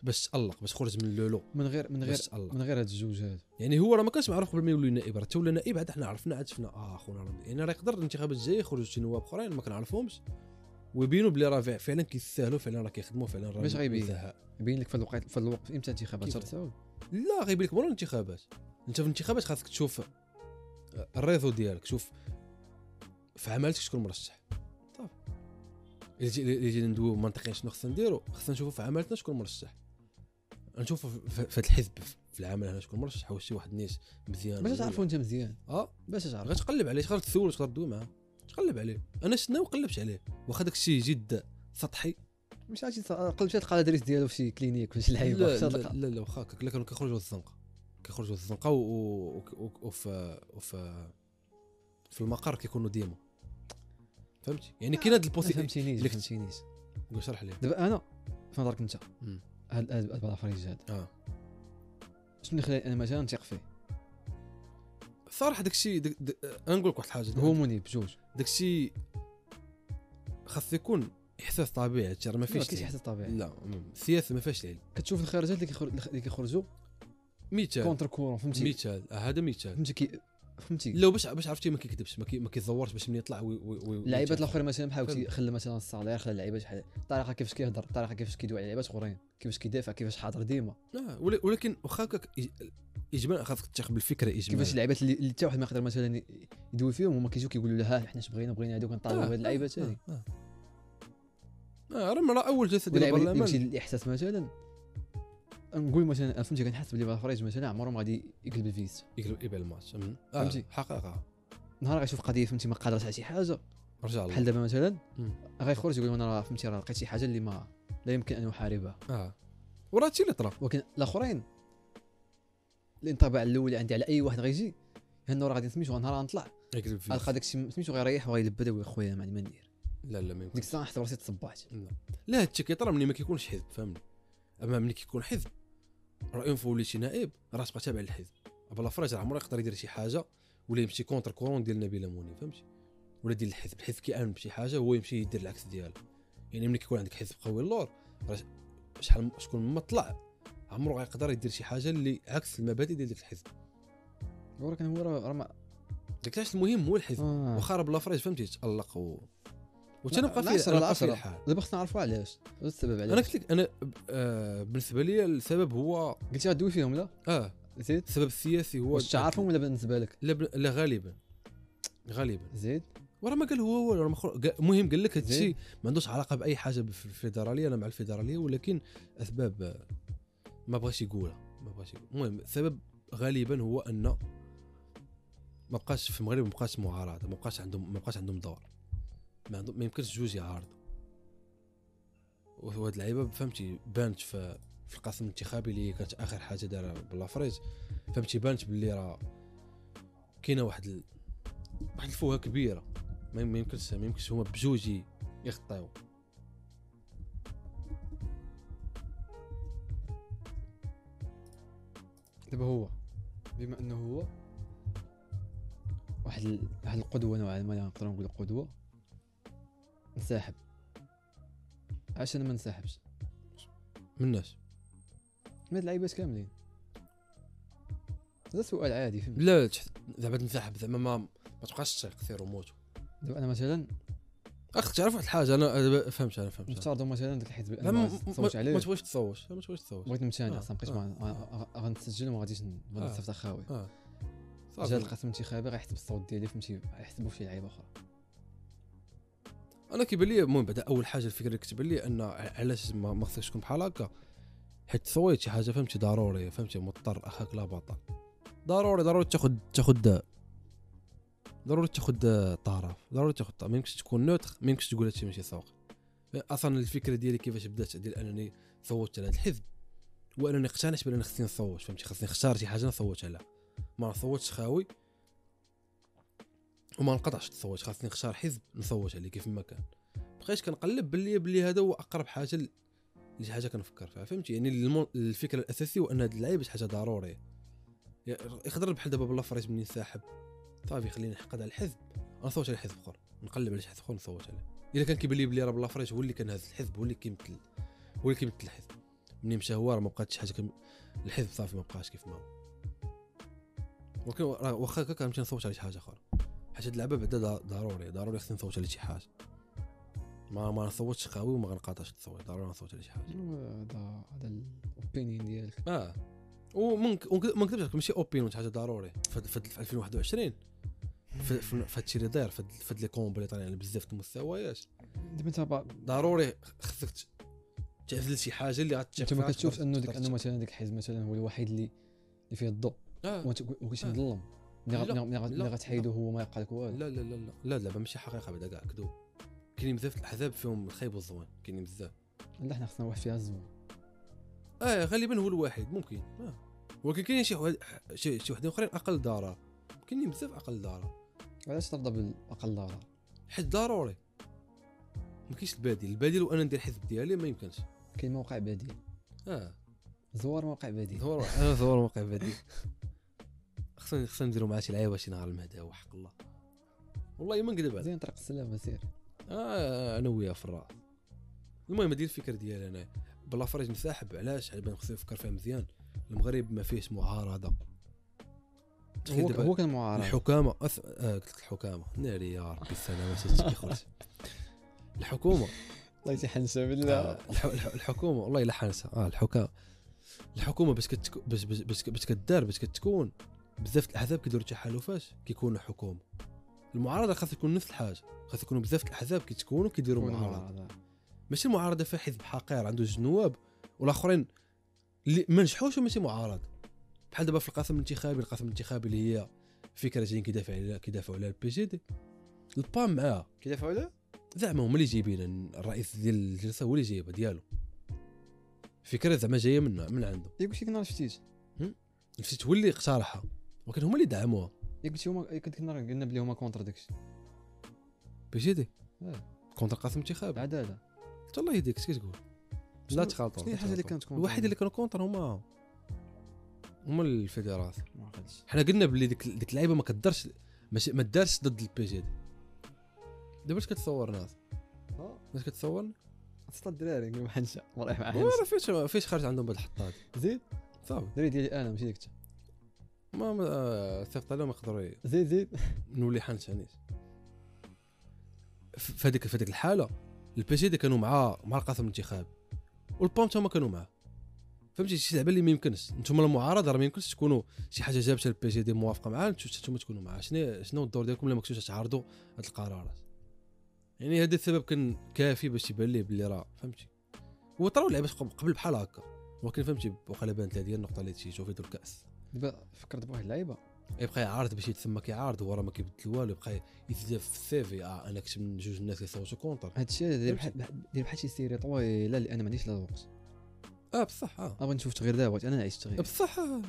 A: باش تالق باش تخرج من لولو
B: من غير من غير
A: باش تالق
B: من غير هاد الجوج هاد
A: يعني هو راه ما كانش معروف قبل ما يولي نائب راه تا ولا نائب عاد حنا عرفنا عاد شفنا اه خونا راه يعني راه يقدر الانتخابات الجايه يخرجوا شي نواب اخرين ما كنعرفهمش ويبينوا بلي راه فع- فعلا كيستاهلوا فعلا راه كيخدموا فعلا راه
B: باش غيبين؟
A: مزهق.
B: يبين لك في الوقت في الوقت امتى انتخابات
A: كيف؟
B: شهر تسعود
A: لا غيبين لك مورا الانتخابات انت في الانتخابات خاصك تشوف الريزو ديالك شوف في عملتك شكون مرشح طب الا جي- إلا جينا ندويو منطقيا شنو خصنا نديرو خصنا نشوفو في عملتنا شكون مرشح نشوفو في- في في هاد الحزب في العمل هنا شكون مرشح واش شي واحد نيش مزيان
B: باش
A: ولا لا.
B: تعرفوا انت مزيان
A: اه
B: باش تعرف
A: غتقلب عليه تقدر تسول تقدر تدوي معاه تقلب عليه انا شنا وقلبت عليه واخا داك الشيء جد سطحي
B: مش عرفتي قلت شي تلقى الادريس ديالو في شي كلينيك ولا شي
A: لا
B: لعيبه
A: لا,
B: شي تلقى.
A: لا, لا واخا هكاك لا كانوا كيخرجوا الزنقه كيخرجوا الزنقه و- و- و- وف وف في المقر كيكونوا ديما فهمتي يعني كاين هاد
B: ما
A: البوثي
B: فهمتينيش ما
A: لك-
B: فهمتينيش
A: قول شرح لي
B: دابا انا في نظرك انت
A: مم.
B: هاد هاد هاد العفريت هذا
A: اه
B: شنو اللي خلاني انا مثلا نثيق فيه
A: صراحه داك الشيء داك- داك- انا نقول لك واحد الحاجه
B: هو منيب بجوج
A: داك الشيء خاص يكون احساس طبيعي هادشي راه ما
B: ما
A: فيهش
B: كاينش
A: العيب.
B: حتى طبيعي
A: لا مم. السياسه ما فيهاش العلم
B: كتشوف الخارجات اللي كيخر- اللي كيخرجوا
A: مثال
B: كونتر كورون فهمتي
A: مثال آه، هذا مثال
B: فهمتي كي فهمتي
A: لو باش باش عرفتي ما كيكذبش ما كي- ما كيزورش باش من يطلع وي وي وي
B: اللعيبات الاخرين مثلا بحال
A: فهمت.
B: قلتي خلى مثلا الصالير خلى اللعيبه شحال الطريقه كيفاش كيهضر الطريقه كيفاش كيدوي على لعيبات اخرين كيفاش كيدافع كيفاش حاضر ديما
A: آه، ولا- ولكن واخا هكاك إج- اجمالا خاصك تثق بالفكره اجمالا
B: كيفاش اللعيبات اللي اللي حتى واحد ما يقدر مثلا يدوي فيهم هما كيجيو كيقولوا له ها حنا اش بغينا بغينا هذوك نطالبوا
A: آه،
B: بهاد اللعيبه
A: آه،
B: ثاني
A: آه، آه. آه، راه مرة اول جلسه ديال
B: واللعيبه اللي يمشي
A: البرلمان
B: للاحساس مثلا نقول مثلا فهمتي كنحس بلي فريج مثلا عمرهم غادي يقلب الفيس
A: يقلب يبيع الماتش أمم. آه،
B: فهمتي؟
A: حقيقه
B: نهار غيشوف قضيه فهمتي ما قادرش على شي حاجه
A: رجع
B: بحال
A: الله
B: دابا مثلا
A: مم.
B: غيخرج يقول انا راه فهمتي راه لقيت شي حاجه اللي ما لا يمكن ان احاربها
A: اه وراه هادشي اللي طرا
B: ولكن الاخرين الانطباع الاول عندي على اي واحد غيجي انه راه غادي سميتو نهار غنطلع
A: يقلب فيه
B: غنلقى داكشي سميتو غيريح وغيلبد ويقول خويا ما عندي ما ندير
A: لا لا ما يمكن
B: ديك الساعه نحس براسي تصبعت
A: لا هادشي كيطرا ملي ما كيكونش حزب فهمني اما ملي كيكون حزب راه فوا وليتي نائب راه تبقى تابع للحزب بلا فراج راه عمره يقدر يدير شي حاجه ولا يمشي كونتر كورون ديال نبيله موني فهمتي ولا ديال الحزب الحزب كيامن بشي حاجه هو يمشي يدير العكس ديالها يعني ملي كيكون عندك حزب قوي اللور راه شحال شكون ما طلع عمره غيقدر يدير شي حاجه اللي عكس المبادئ ديال ديك الحزب
B: ولكن هو راه راه ما
A: داك علاش المهم هو الحزب
B: آه.
A: واخا راه بلا فراج فهمتي تالق و وتنبقى
B: لا،
A: فيه
B: العشرة،
A: تنبقى فيه
B: العشرة.
A: الحال
B: دابا خصنا نعرفوا علاش هذا السبب
A: انا
B: علاش
A: قلت لك انا آه بالنسبه لي السبب هو
B: قلتي غدوي فيهم لا
A: اه
B: زيد
A: السبب السياسي هو
B: واش تعرفهم ولا بالنسبه لك
A: لا بل- لا غالبا غالبا
B: زيد
A: وراه ما قال هو والو راه ما خر- قا- المهم قال لك هادشي
B: زين.
A: ما عندوش علاقه باي حاجه في الفيدراليه انا مع الفيدراليه ولكن اسباب آه، ما بغاش يقولها ما بغاش يقول المهم السبب غالبا هو ان ما بقاش في المغرب ما بقاش معارضه ما بقاش عندهم ما بقاش عندهم دور ما, عندهم ما يمكنش جوج يعارضوا وهاد اللعيبه فهمتي بانت في في القسم الانتخابي اللي كانت اخر حاجه دارها بلافريز فهمتي بانت باللي راه كاينه واحد ال... واحد الفوهه كبيره ما ما يمكنش ما يمكنش هما بجوج يخطيو
B: دابا هو بما انه هو واحد ال- واحد القدوه نوعا ما يعني نقدر نقول قدوه انسحب علاش انا ما انسحبش
A: من الناس
B: من هاد اللعيبات كاملين هذا سؤال عادي فهمت
A: لا تح- زعما تنسحب زعما ما ما تبقاش تسيق سير وموت
B: دابا انا مثلا
A: اخ تعرف واحد الحاجه انا أنا فهمت انا فهمت
B: نفترضوا مثلا داك الحزب
A: زعما
B: الانباز
A: ما-
B: تصوت
A: ما
B: عليه
A: تبغيش تصوت ما تبغيش تصوت
B: بغيت نمتنع
A: آه،
B: اصلا بقيت
A: آه.
B: ما- غ- غ- غنتسجل وما غاديش ن- ما
A: آه.
B: غاديش نفتح خاوي
A: اه
B: جا
A: صافي
B: القسم الانتخابي غيحسب الصوت ديالي فهمتي غيحسبوا شي لعيبه اخرى
A: انا كيبان لي المهم بعدا اول حاجه الفكره اللي كتبان لي ان علاش ما ما خصكش تكون بحال هكا حيت تصويت شي حاجه فهمتي ضروري فهمتي مضطر اخاك لا بطل ضروري ضروري تاخد تاخد ضروري تاخد طرف ضروري تاخد طرف ما يمكنش تكون نوتر ما يمكنش تقول هادشي ماشي سوق اصلا الفكره ديالي كيفاش بدات ديال انني صوتت على هذا الحزب وانني اقتنعت بان خصني نصوت فهمتي خصني نختار شي حاجه نصوت عليها ما نصوتش خاوي وما نقطعش التصويت خاصني نختار حزب نصوت عليه كيف ما كان بقيت كنقلب باللي باللي هذا هو اقرب حاجه ل- لشي حاجه كنفكر فيها فهمتي يعني المو... الفكره الاساسيه هو ان هاد اللعيبه شي حاجه ضروريه يا- يقدر بحال دابا بلا فريت مني نسحب صافي خليني نحقد على الحزب نصوت على حزب اخر نقلب على شي حزب اخر نصوت عليه الا كان كيبان لي بلي راه بلا فريت هو اللي كنهز الحزب هو اللي كيمثل هو اللي كيمثل الحزب مني مشى هو راه ما بقاتش شي حاجه كم... الحزب صافي ما بقاش كيف ما هو ولكن راه واخا هكا كنمشي نصوت على شي حاجه اخرى حيت هاد اللعبه بعدا ض- ضروري ضروري خصني نصوت على شي حاجه ما ما نصوتش خاوي وما غنقاطعش التصويت ضروري نصوت على شي حاجه
B: هذا هذا الاوبينيون ديالك
A: اه وممكن ونك- ما نكذبش عليك ماشي اوبينيون شي حاجه ضروري في هاد- في هاد- في 2021 في في- في هادشي اللي داير في هاد- في هاد لي كومبو اللي طالعين على بزاف د المستويات
B: دابا انت با-
A: ضروري خصك ت- تعزل شي حاجه اللي غاتشافها
B: انت ما كتشوفش انه ديك انه مثلا ديك الحزب مثلا هو الوحيد اللي اللي فيه الضوء
A: آه.
B: وانت ما كنتش
A: آه.
B: مظلم ملي غ-
A: لا،
B: ملي غ- ملي
A: لا،
B: غتحيدو هو ما يبقى لك والو
A: لا لا لا لا لا لا ماشي حقيقه بعدا كاع كذوب كاينين بزاف د الاحزاب فيهم الخايب والزوين كاينين بزاف
B: لا حنا خصنا واحد فيها الزوين
A: اه غالبا هو الوحيد ممكن آه. ولكن كاينين شي واحد شي شي وحدين اخرين اقل ضرر كاينين بزاف اقل ضرر
B: علاش ترضى بالاقل ضرر
A: حيت ضروري ما كاينش البديل البديل وانا ندير الحذف ديالي ما يمكنش
B: كاين موقع بديل
A: اه
B: زوار موقع بديل
A: دور انا دور موقع بديل خصنا خصنا نديرو معاه شي لعيبه شي نهار المهدا وحق الله والله ما نكذب عليك
B: زين طريق السلامه سير
A: اه انا وياه في الراس المهم هذه الفكره ديالي انا بلا فريج مساحب علاش على بالي خصو يفكر فيها مزيان المغرب ما فيهش معارضه تخيل
B: هو,
A: دابا
B: هو كان معارض
A: الحكامه أث... آه قلت الحكامه ناري يا ربي السلامه سيتي كيخرج الحكومه
B: الله يتحنسى
A: آه، الح- الح- الحكومه والله الا حانسه اه الحكام الحكومه باش كتكو باش باش باش باش كدار باش كتكون بزاف د الاحزاب كيديروا تحالفات كيكونوا حكومه المعارضه خاص تكون نفس الحاجه خاص يكونوا بزاف د الاحزاب كيتكونوا كيديروا معارضه ماشي المعارضه فيها حزب حقير عنده جوج نواب والاخرين اللي ما نجحوش ماشي معارض بحال دابا في القسم الانتخابي القسم الانتخابي اللي هي فكره جايين كيدافع عليها كيدافعوا عليها البي جي دي البام معاها
B: كيدافعوا عليه؟
A: زعما هما اللي جايبينها الرئيس ديال الجلسه هو اللي جايبها ديالو فكره زعما جايه من من عنده
B: ياك شي كنا شفتيش
A: نفسيت هو اللي اقترحها ولكن هما اللي دعموها
B: ياك شي هما كنت كنا قلنا بلي هما كونتر داكشي
A: بي جي دي
B: آه.
A: كونتر القسم الانتخابي
B: العداله
A: حتى الله يهديك اش كتقول لا
B: شنو-
A: تخالطوا
B: شنو هي الحاجه اللي كانت كونتر
A: الوحيد اللي كانوا كونتر هما هما الفيدرالات
B: ما عقلتش
A: حنا قلنا باللي ديك ديك اللعيبه ما كدارش ماشي ما دارش ضد البي جي دي دابا اش كتصور ناس اش كتصور
B: خاصة الدراري قالوا حنشا الله يرحم حنشا
A: ورا فيش فيش خرج عندهم بهاد الحطات
B: زيد
A: صافي
B: الدراري ديالي انا ماشي ديك انت
A: ما ما- آه، صيفط عليهم يقدروا ي-
B: زيد زيد
A: نولي حنشانيش في هذيك في هذيك الحاله البي جي دي كانوا مع مع القاسم الانتخابي والبام تما كانوا معاه فهمتي شي لعبه اللي ما يمكنش نتوما المعارضه راه ما يمكنش تكونوا شي حاجه جابتها البي جي دي موافقه معاه نتوما تكونوا معاه شنو شنو الدور ديالكم الا ما كنتوش تعارضوا هاد القرارات يعني هذا السبب كان كافي باش يبان ليه باللي راه فهمتي هو طراو لعبه قبل بحال هكا ولكن فهمتي وقيلا بانت لها ديال النقطه اللي تيشوف يدو الكاس
B: دابا فكرت بواحد اللعيبه
A: يبقى يعارض باش يتسمى كيعارض هو راه ما كيبدل والو يبقى يتزاف في السيفي اه انا كنت من جوج الناس اللي صوتوا كونتر
B: هادشي داير بحال داير بحال شي سيري طويله اللي انا ما عنديش لا الوقت
A: اه بصح اه
B: ابغي نشوف تغيير دابا انا عايش تغيير
A: بصح آه،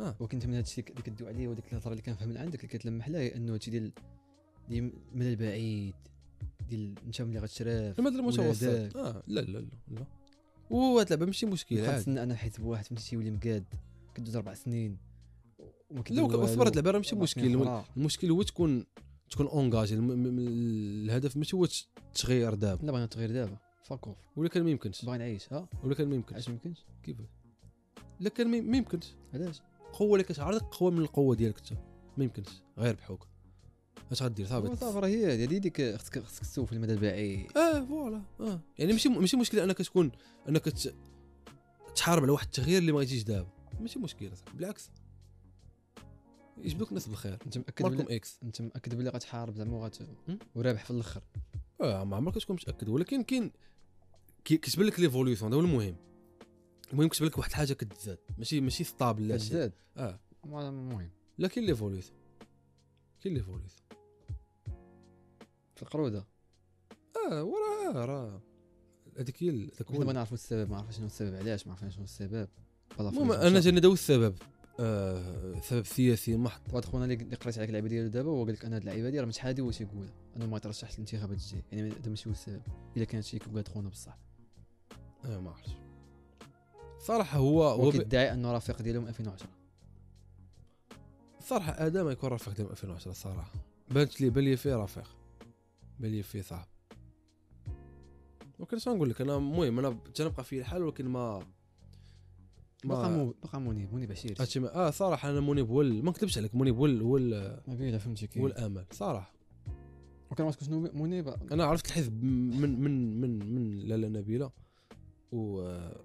A: آه.
B: ولكن من هادشي اللي كدوي عليه وديك الهضره اللي كنفهم من عندك اللي كتلمح لها هي انه هادشي ديال ديال من البعيد ديال انت ملي غتشراف
A: المدى المتوسط
B: ولاداك.
A: اه لا لا لا لا وهاد اللعبه ماشي مشكل
B: خمس
A: عادي
B: سنين انا حيت بواحد فهمتي تيولي مقاد كدوز اربع سنين وما
A: لا
B: كيدير
A: وك-
B: والو.
A: وصبر هاد اللعبه راه ماشي
B: أربع
A: مشكل
B: سنين
A: الم-
B: خرا.
A: المشكل هو تكون تكون اونجاجي الم- م- م- الهدف ماشي هو الت- التغيير دابا
B: لا باغي نتغير دابا فاك اوف
A: ولا كان ما يمكنش
B: باغي نعيش ها
A: ولا كان ما يمكنش
B: علاش ما يمكنش
A: كيف لا كان ما- ما يمكنش
B: علاش
A: القوه اللي كتعارضك قوه من القوه ديالك انت ما يمكنش غير بحوك اش غدير
B: هو
A: صافي
B: صافي راه هي هادي هادي ديك خصك خصك تسوف المدى البعيد
A: اه فوالا اه يعني ماشي ماشي مشكله انك تكون انك ت- تحارب على واحد التغيير اللي ما يجيش دابا ماشي مشكله صاحبي، بالعكس يجبدوك الناس بالخير
B: انت متاكد
A: ماركم
B: بلي
A: اكس
B: انت متاكد بلي غتحارب زعما وغت
A: م?
B: ورابح في الاخر
A: اه ما عمرك تكون متاكد ولكن كاين كي- كتبان لك ليفوليوسيون هذا هو المهم المهم كتبان لك واحد الحاجه كتزاد ماشي ماشي ستابل لا شيء
B: كتزاد
A: اه
B: ما- المهم
A: لا كاين ليفوليوسيون كاين ليفوليوسيون
B: في القروده
A: اه وراه آه، راه هذيك هي ال-
B: كنا ما
A: تكون
B: نعرفوا السبب ما عرفنا شنو السبب علاش ما عرفنا شنو السبب بلا
A: المهم انا جاني هذا هو السبب آه سبب سياسي محض
B: واحد خونا اللي اللي قريت عليك اللعيبه ديالو دابا هو قال لك انا هاد اللعيبه ديالها متحادي واش يقول انا ما ترشحش الانتخابات الجايه يعني هذا ماشي هو السبب الا كانت شي كيقول خونا بصح
A: انا ما عرفتش صراحة هو هو
B: هو
A: ب...
B: كيدعي انه رفيق ديالو من 2010
A: صراحة ادم ما يكون رفيق ديال 2010 صراحة بانت لي بان لي فيه رفيق بان لي فيه صعب ولكن شنو نقول لك انا المهم انا تنبقى في الحال ولكن ما
B: باقا
A: ما
B: مو باقا منيب منيب عشيري
A: هادشي ما- اه صراحة انا منيب هو ال- ما نكذبش عليك منيب هو ال- هو ال-
B: ما بين فهمتي كي
A: هو الامل صراحة
B: وكان عرفت شنو منيب
A: انا عرفت الحزب من من من من لالا نبيله و آه،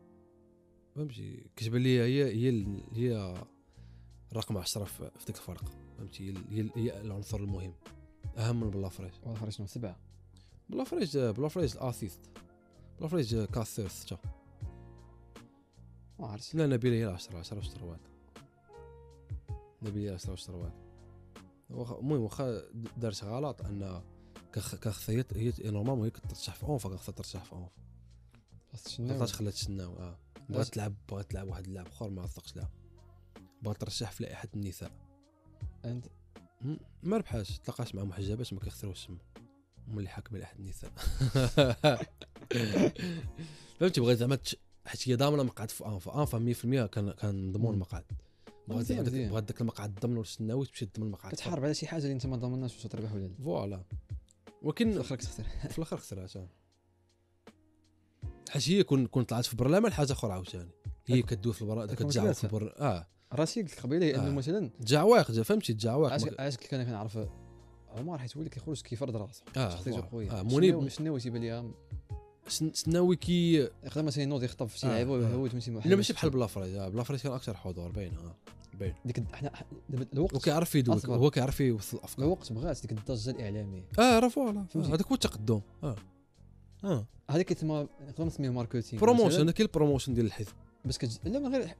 A: فهمتي كتبان لي هي هي ال- هي رقم 10 في في ديك الفرقه فهمتي هي ال- هي ال- هي العنصر المهم اهم من بلافريج
B: والاخر شنو سبعه
A: بلافريج بلافريج الاسيست بلافريج كاسير سته
B: ما عرفتش
A: لا نبيله هي 10 10 وشتروات نبيله هي 10 وشتروات واخا- المهم واخا دارت غلط ان كخ- كخصيات هي نورمالمون هي كترشح في اونفا كخصها ترشح في اونفا
B: عرفت شنو
A: غلطات خلات تشناو اه
B: علاش؟
A: بغات تلعب بغات تلعب واحد اللعب اخر ما صدقش لها بغات ترشح في لائحه النساء
B: انت
A: م- ما ربحاش تلاقاش مع محجبات ما كيخسروش السم هما اللي حاكمين احد النساء فهمتي بغيت زعما تش- حيت هي ضامنه مقعد في انفا انفا 100% كان كان مضمون
B: مم.
A: المقعد بغات
B: مزيان،
A: زعما داك-
B: مزيان.
A: بغات ذاك المقعد ضمنه للسناوي تمشي تضمن المقعد
B: كتحارب على شي حاجه اللي انت ما ضمناش واش تربح ولا لا
A: فوالا
B: في
A: ولكن
B: الاخر كتخسر
A: في الاخر خسرات آه. حيت هي كون كون طلعت في برلمان حاجه اخرى عاوتاني هي كدوي في البرا
B: أكون
A: كتجعوق في
B: ثلاثة.
A: البر اه
B: راسي قلت قبيله هي انه
A: آه.
B: مثلا
A: تجعوق جا- فهمتي تجعوق
B: علاش
A: ما-
B: علاش قلت لك انا كنعرف عمر حيت هو اللي كيخرج كيفرض راسه
A: اه
B: شخصيته
A: فوالا.
B: قويه
A: اه منيب
B: شنو تيبان ليا
A: سن- سناوي كي
B: يقدر مثلا ينوض يخطب في شي
A: آه،
B: لعيبه
A: آه.
B: ويهوت فهمتي واحد
A: لا ماشي بحال بلافريز آه، بلافريز كان اكثر حضور باين اه باين
B: ديك حنا دابا الوقت
A: وكيعرف يدوز
B: أصبر.
A: هو كيعرف يوصل الافكار
B: الوقت بغات ديك الضجه الاعلاميه
A: اه راه فوالا
B: فهمتي؟
A: هذاك هو التقدم اه اه
B: هذا كيتسمى نقدر نسميه ماركتينغ
A: بروموشن هذا كاين البروموشن ديال الحزب
B: بس كتج... لا من غير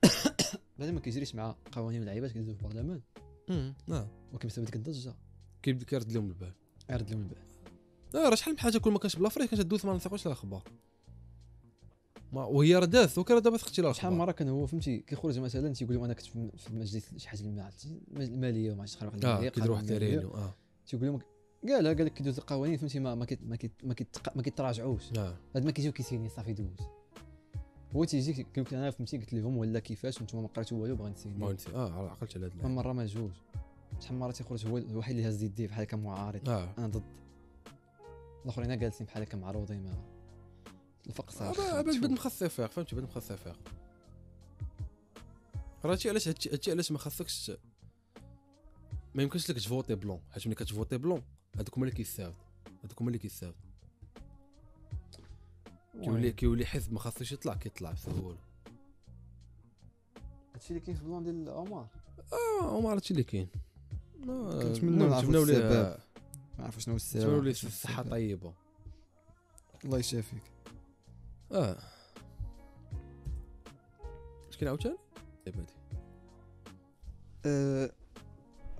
B: بعد ما كيجريش مع قوانين اللعيبات كيدوزو في البرلمان
A: اه
B: وكيبسبب ديك الضجه
A: كيبدا كيرد لهم البال
B: عرض لهم البال
A: اه راه شحال من حاجه كل ما كانش بلافريز كانت دوز ما نثقوش لها الاخبار ما وهي راه دازت وكان راه دابا ثقتي لها
B: شحال
A: الاخبار
B: من مره كان هو فهمتي كيخرج مثلا تيقول لهم انا كنت في في المجلس شي حاجه ما عرفتش الماليه وما عرفتش شحال واحد
A: اه
B: المالية،
A: كيديروا
B: قانون
A: واحد
B: المالية.
A: الرينيو اه
B: تيقول لهم قال قال لك كيدوز القوانين فهمتي ما ما كيت- ما كيت- ما كيت- ما كيتراجعوش
A: اه
B: هاد ما كيجيو كيسيني صافي دوز هو تيجي كي- كيقول لك انا فهمتي قلت لهم ولا كيفاش وانتم ما قريتوا والو بغا
A: ما
B: نسيني
A: عرفت- اه عقلت على هاد
B: من
A: اللعب
B: مره ما جوج شحال من مره تيخرج هو الوحيد اللي هز يديه بحال هكا معارض
A: اه
B: انا ضد الاخرين جالسين بحال هكا معروضين ما الفقص
A: آه، با- بعد بعد مخصص يفيق فهمتي بعد مخصص يفيق راه هادشي علاش هادشي هادشي علاش ما خاصكش ما يمكنش لك تفوتي بلون حيت ملي كتفوتي بلون هذوك هما اللي كيساعدوا هذوك هما اللي كيساعدوا كيولي كيولي حزب ما خاصوش يطلع كيطلع بسهوله
B: هادشي اللي كاين في البلان ديال عمر
A: اه وما عرفتش اللي كاين آه،
B: كنتمنى
A: نعم،
B: نعرفوا
A: جبناو ليه-
B: السبب. ما عرف شنو هو السبب
A: جبناو ليه
B: عرف شنو هو
A: الصحه
B: السبب.
A: طيبه
B: الله يشافيك
A: اه اش كاين عاوتاني دابا هادي.
B: أه،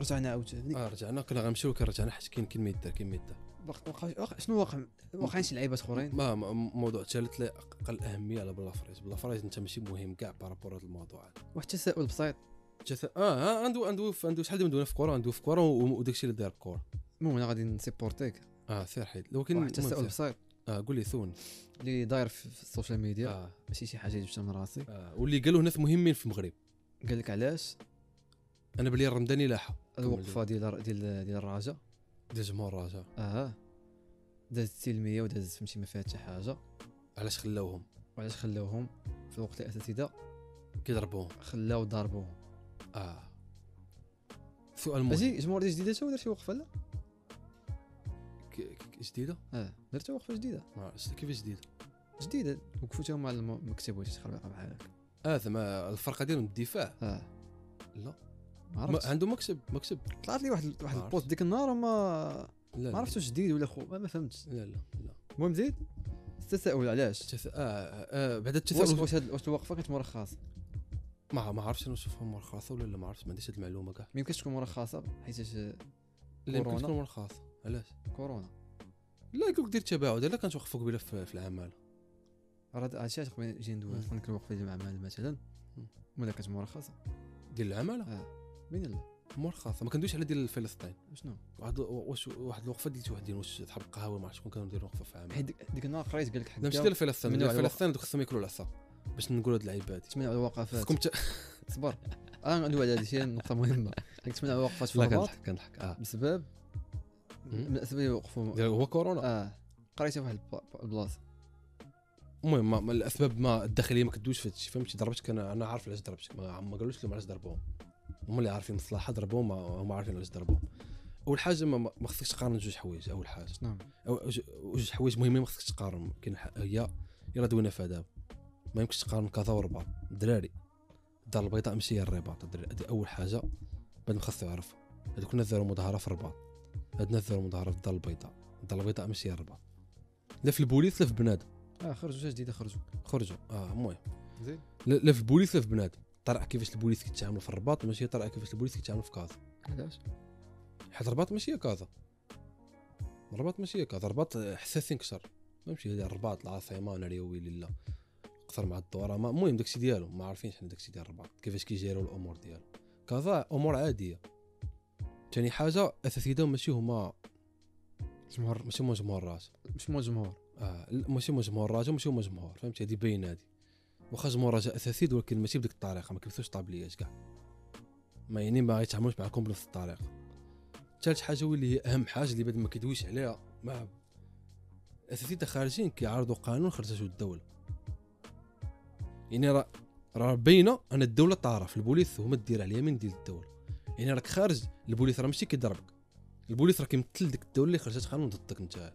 B: رجعنا عاوتاني
A: اه رجعنا كنا غنمشيو كان رجعنا حيت كاين كاين ما يدار كاين ما يدار
B: بق- وقع- وقع- شنو واقع واقعين شي لعيبات اخرين
A: ما ما- موضوع ثالث لا اقل اهميه على بلافريز بلافريز انت ماشي مهم كاع بارابور هذا الموضوع هذا
B: واحد التساؤل بسيط
A: جث- اه آه، عنده عنده عنده شحال دابا في كره عنده في كره وداك الشيء اللي داير الكره
B: المهم انا غادي نسيبورتيك
A: اه سير حيد لكن
B: واحد
A: المهم
B: التساؤل
A: سير.
B: بسيط
A: اه قول لي ثون
B: اللي داير في في السوشيال ميديا
A: اه
B: ماشي شي حاجه جبتها من راسي
A: آه، واللي قالوه ناس مهمين في المغرب
B: قال لك علاش
A: انا بلي الرمداني لاحه
B: الوقفه ديال ديال ديال الرجاء
A: ديال جمهور الرجاء
B: اه دازت التلميه ودازت فهمتي ما فيها حتى حاجه
A: علاش خلاوهم
B: وعلاش خلاوهم في الوقت الاساتذه
A: كيضربوهم
B: خلاو ضربوهم
A: اه سؤال مهم
B: ماشي جمهور ديال جديده تا هو دار شي وقفه لا
A: ك- ك- جديده
B: اه دار تا وقفه جديده
A: ما عرفتش كيفاش جديده
B: جديده وقفتها مع المكتب وشي خربقه بحال هكا
A: اه زعما الفرقه ديالهم الدفاع
B: اه
A: لا
B: ما
A: ما
B: عرفتش
A: عنده مكسب مكسب
B: طلعت لي واحد واحد
A: ما آه.
B: البوست ديك النهار وما
A: لا
B: ما
A: لا
B: عرفتش واش جديد ولا خو ما ما فهمتش
A: لا لا لا
B: المهم زيد التساؤل علاش
A: تث... آه آه آه، بعد
B: واش
A: التثاؤل
B: واش هاد- واش الوقفه كانت مرخصه
A: ما ما عرفتش انا نشوفهم مرخصه ولا لا ما عرفتش ما عنديش هاد المعلومه كاع
B: ما يمكنش تكون مرخصه حيت آه،
A: لا يمكن
B: كورونا.
A: تكون مرخصه علاش
B: كورونا
A: لا يقولك دير تباعد لا كانت وقفوا قبيله في, في العماله
B: راه هاد- هادشي علاش قبل جاي ندوي
A: مم.
B: كنا كنوقفوا ديال المعمل مثلا
A: مم.
B: ولا كانت مرخصه
A: ديال العماله
B: بين الله
A: مرخصه ما كندويش على ديال فلسطين
B: شنو
A: واحد واش واحد الوقفه ديال وحدين واش صحاب القهاوي ما عرفت شكون كانوا دايرين وقفه في
B: حيت
A: العماله
B: ديك- ديك النهار قريت قال لك
A: لا ماشي
B: حكا
A: ديال فلسطين
B: من
A: ديال
B: نوع الوقفة.
A: فلسطين دوك خصهم ياكلوا العصا باش نقولوا هاد اللعيبه هادي
B: تمنع الوقفات
A: خصكم ت-
B: صبر انا ندوي على هذه شي نقطه مهمه قلت تمنع الوقفات في
A: لا
B: الرباط
A: كنضحك كنضحك اه
B: بسبب
A: مم.
B: من الاسباب اللي وقفوا
A: ديال- هو كورونا
B: اه قريتها في واحد الب- البلاصه
A: المهم ما- ما الاسباب ما الداخليه ما كدوش في هادشي فهمتي ضربتك انا انا عارف علاش ضربتك ما, ما قالوش لهم علاش ضربوهم هما اللي عارفين المصلحه ضربوهم هما عارفين علاش ضربوهم اول حاجه ما, ما خصكش تقارن جوج حوايج اول حاجه
B: شنو
A: أو ج- جوج حوايج مهمين ما خصكش تقارن كاين ح- هي يلا دوينا فيها دابا ما يمكنش تقارن كذا ورباط الدراري الدار البيضاء ماشي هي الرباط الدراري هذه اول حاجه بعد ما خصو يعرف هذوك الناس داروا مظاهره في الرباط هاد الناس داروا مظاهره في الدار البيضاء الدار البيضاء ماشي هي الرباط لا في البوليس لا في بنادم
B: اه خرجوا جوج جديده خرجوا
A: خرجوا اه المهم
B: زين
A: لا لا في البوليس لا في بنادم طرح كيفاش البوليس كيتعامل في الرباط ماشي طرح كيفاش البوليس كيتعامل في كازا
B: علاش
A: حيت الرباط ماشي هي كازا الرباط ماشي هي كازا الرباط حساسين كثر ماشي هذه الرباط العاصمه انا ريوي لا اكثر مع الدوره ما المهم داكشي ديالهم ما عارفينش حنا داكشي ديال الرباط كيفاش كيجيروا الامور ديالهم كازا امور عاديه ثاني حاجه اثاثيدا ماشي هما
B: جمهور
A: ماشي هما جمهور راسه
B: مش مو جمهور
A: اه لا، ماشي هما جمهور راسه ماشي هما جمهور فهمت هذه باينه هذه واخا جمهور راسه اثاثيد ولكن ماشي بديك الطريقه ما كيلبسوش طابليات كاع ما يعني ما يتعاملوش معكم بنفس الطريقه ثالث حاجه واللي هي اهم حاجه اللي بعد ما كيدويش عليها مع الاثاثيد خارجين كيعارضوا قانون خرجته الدوله يعني راه راه باينه ان الدوله طرف البوليس هما الدير على اليمين ديال الدوله يعني راك خارج البوليس راه ماشي كيضربك البوليس راه كيمثل ديك الدوله اللي خرجت قانون ضدك انت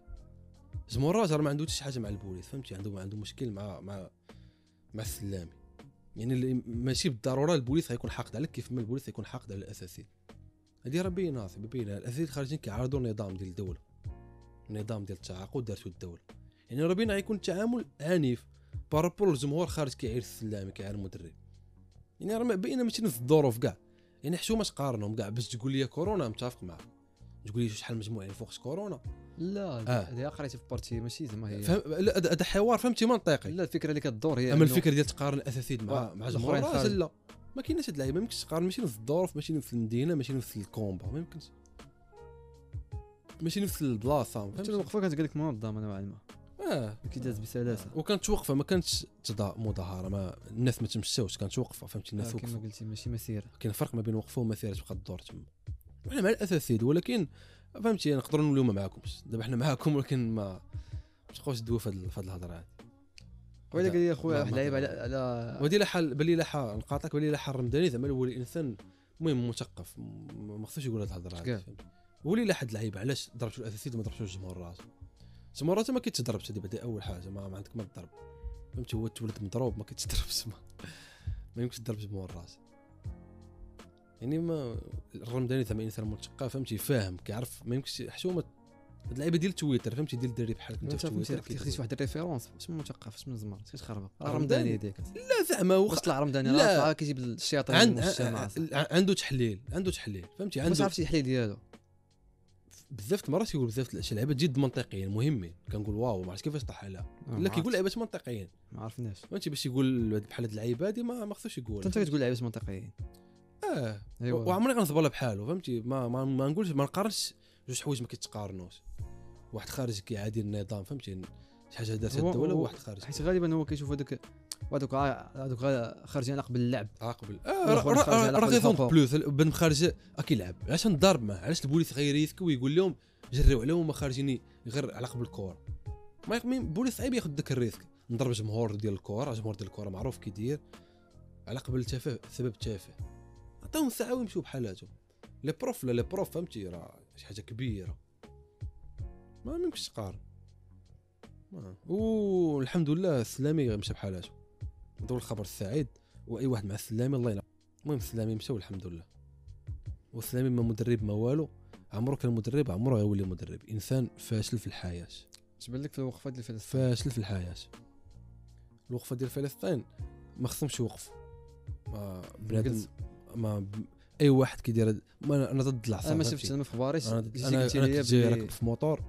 A: جمهور الراجل ما عنده حتى شي حاجه مع البوليس فهمتي عنده عنده مشكل مع مع مع السلامي يعني اللي- ماشي بالضروره البوليس غيكون حاقد عليك كيف ما البوليس غيكون حاقد على الاساسي هذه راه باينه صاحبي باينه الاساسيين خارجين كيعارضوا النظام ديال الدوله النظام ديال التعاقد دارته الدوله يعني راه باينه غيكون التعامل عنيف بارابور الجمهور خارج كيعير السلامي كيعير المدرب يعني راه ما- باينه ماشي نفس الظروف كاع يعني حشومه تقارنهم كاع باش تقول لي كورونا متفق معك تقول لي شحال مجموعين فوق كورونا
B: لا
A: آه.
B: هذه قريتها في بارتي ماشي زعما هي
A: فهم لا هذا هذا حوار فهمتي منطقي
B: لا الفكره اللي كدور هي
A: اما
B: إنه-
A: الفكره ديال تقارن الاثاثيد مع
B: آه،
A: يعني مع
B: الآخرين
A: جمهور
B: خارج.
A: لا ما كايناش هاد اللعيبه ما يمكنش تقارن ماشي نفس الظروف ماشي نفس المدينه ماشي نفس الكومبا ما يمكنش ماشي نفس البلاصه
B: حتى
A: فهمتي؟
B: الوقفه كانت قال لك منظمه نوعا ما
A: اه
B: كيداز بسلاسه
A: وكانت واقفه ما كانتش تضا- مظاهره ما الناس ما تمشاوش كانت واقفه فهمتي
B: آه،
A: الناس
B: كما
A: وقفوا
B: قلتي ماشي مسيره
A: كاين فرق ما بين وقفه ومسيره تبقى الدور تما وحنا مع الاثاثيد ولكن فهمتي نقدروا نوليو ما معاكمش دابا حنا معاكم ولكن ما ما تبقاوش تدوي في هاد في هاد الهضره هادي
B: ولا قال لي اخويا
A: ما-
B: واحد
A: ما
B: لعيب على
A: كان-
B: على
A: ودي لحال بلي لحال نقاطعك بلي لحال رمداني زعما هو الانسان المهم مثقف م- ما خصوش يقول هاد الهضره هادي
B: شكال.
A: فهمتي. ولي لحد لعيب علاش ضربتو الاساسي وما ضربتوش الجمهور راسو الجمهور راسو ما كيتضربش هادي بعدا اول حاجه ما, ما عندك ما تضرب فهمتي هو تولد مضروب ما كيتضربش ما, ما يمكنش تضرب الجمهور راسو يعني ما الرمداني زعما انسان مثقف فهمتي فاهم كيعرف ما يمكنش حشومه هاد اللعيبه ديال تويتر فهمتي ديال الدري بحالك انت
B: انت
A: في
B: فهمتي
A: تويتر
B: راك خديت واحد الريفيرونس اش من مثقف اش من زمر اش كتخربق راه
A: رمضاني.
B: رمضاني هذيك
A: لا زعما
B: واش
A: واخا
B: طلع رمضاني
A: لا.
B: راه طلع كيجيب الشياطين
A: عند آه،
B: من السماء
A: ع- عنده تحليل عنده تحليل فهمتي
B: ما
A: عنده
B: عرفتش الحليل ديالو
A: بزاف د المرات كيقول بزاف د الاشياء لعيبه جد منطقيين مهمين كنقول واو ما عرفتش كيفاش طاح عليها
B: نعم،
A: لا كيقول لعيبات منطقيين
B: آه، ما عرفناش
A: فهمتي باش يقول هاد- بحال هاد اللعيبه هادي ما ما خصوش يقول
B: حتى انت كتقول لعيبات منطقيين
A: اه و-
B: ايوا
A: وعمري غنصبر بحاله فهمتي ما ما, ما نقولش ما نقارنش جوج حوايج ما كيتقارنوش واحد خارج كيعادي النظام فهمتي شي حاجه دارتها
B: هو-
A: الدوله
B: هو-
A: وواحد خارج
B: حيت غالبا هو كيشوف هذوك هذوك هذوك خارجين على قبل اللعب
A: عاقبل
B: والآخر خارج على
A: آه، راه
B: قبل
A: غيظن
B: الحقوق.
A: بلوس بن خارجه كيلعب علاش نضارب معاه علاش البوليس غير يذكي ويقول لهم جريو عليهم هما خارجين غير على قبل الكور ما يقمي البوليس صعيب ياخذ ذاك الريسك نضرب جمهور ديال الكور جمهور ديال الكره معروف كيدير على قبل التفاه سبب تافه عطاهم ساعه ويمشيو بحالاتهم لي بروف لا لي بروف فهمتي راه شي حاجه كبيره ما يمكنش تقارن ما- والحمد لله السلامي مشى بحالاته هذا هو الخبر السعيد واي واحد مع السلامي الله ينعم المهم السلامي مشى والحمد لله والسلامي ما مدرب ما والو عمرو كان مدرب عمره غيولي مدرب انسان فاشل في الحياه
B: اش بان لك في الوقفه ديال فلسطين
A: فاشل في الحياه الوقفه ديال فلسطين ما خصهمش يوقفوا ما بنادم
B: قلت.
A: ما ب- اي واحد كيدير هاد- ما انا ضد العصا
B: انا ما
A: فهمتي.
B: شفتش انا ما في باريس
A: انا
B: جيتي
A: انا
B: قلتي لي
A: أنا كنت جاي
B: بلي-
A: راكب في موتور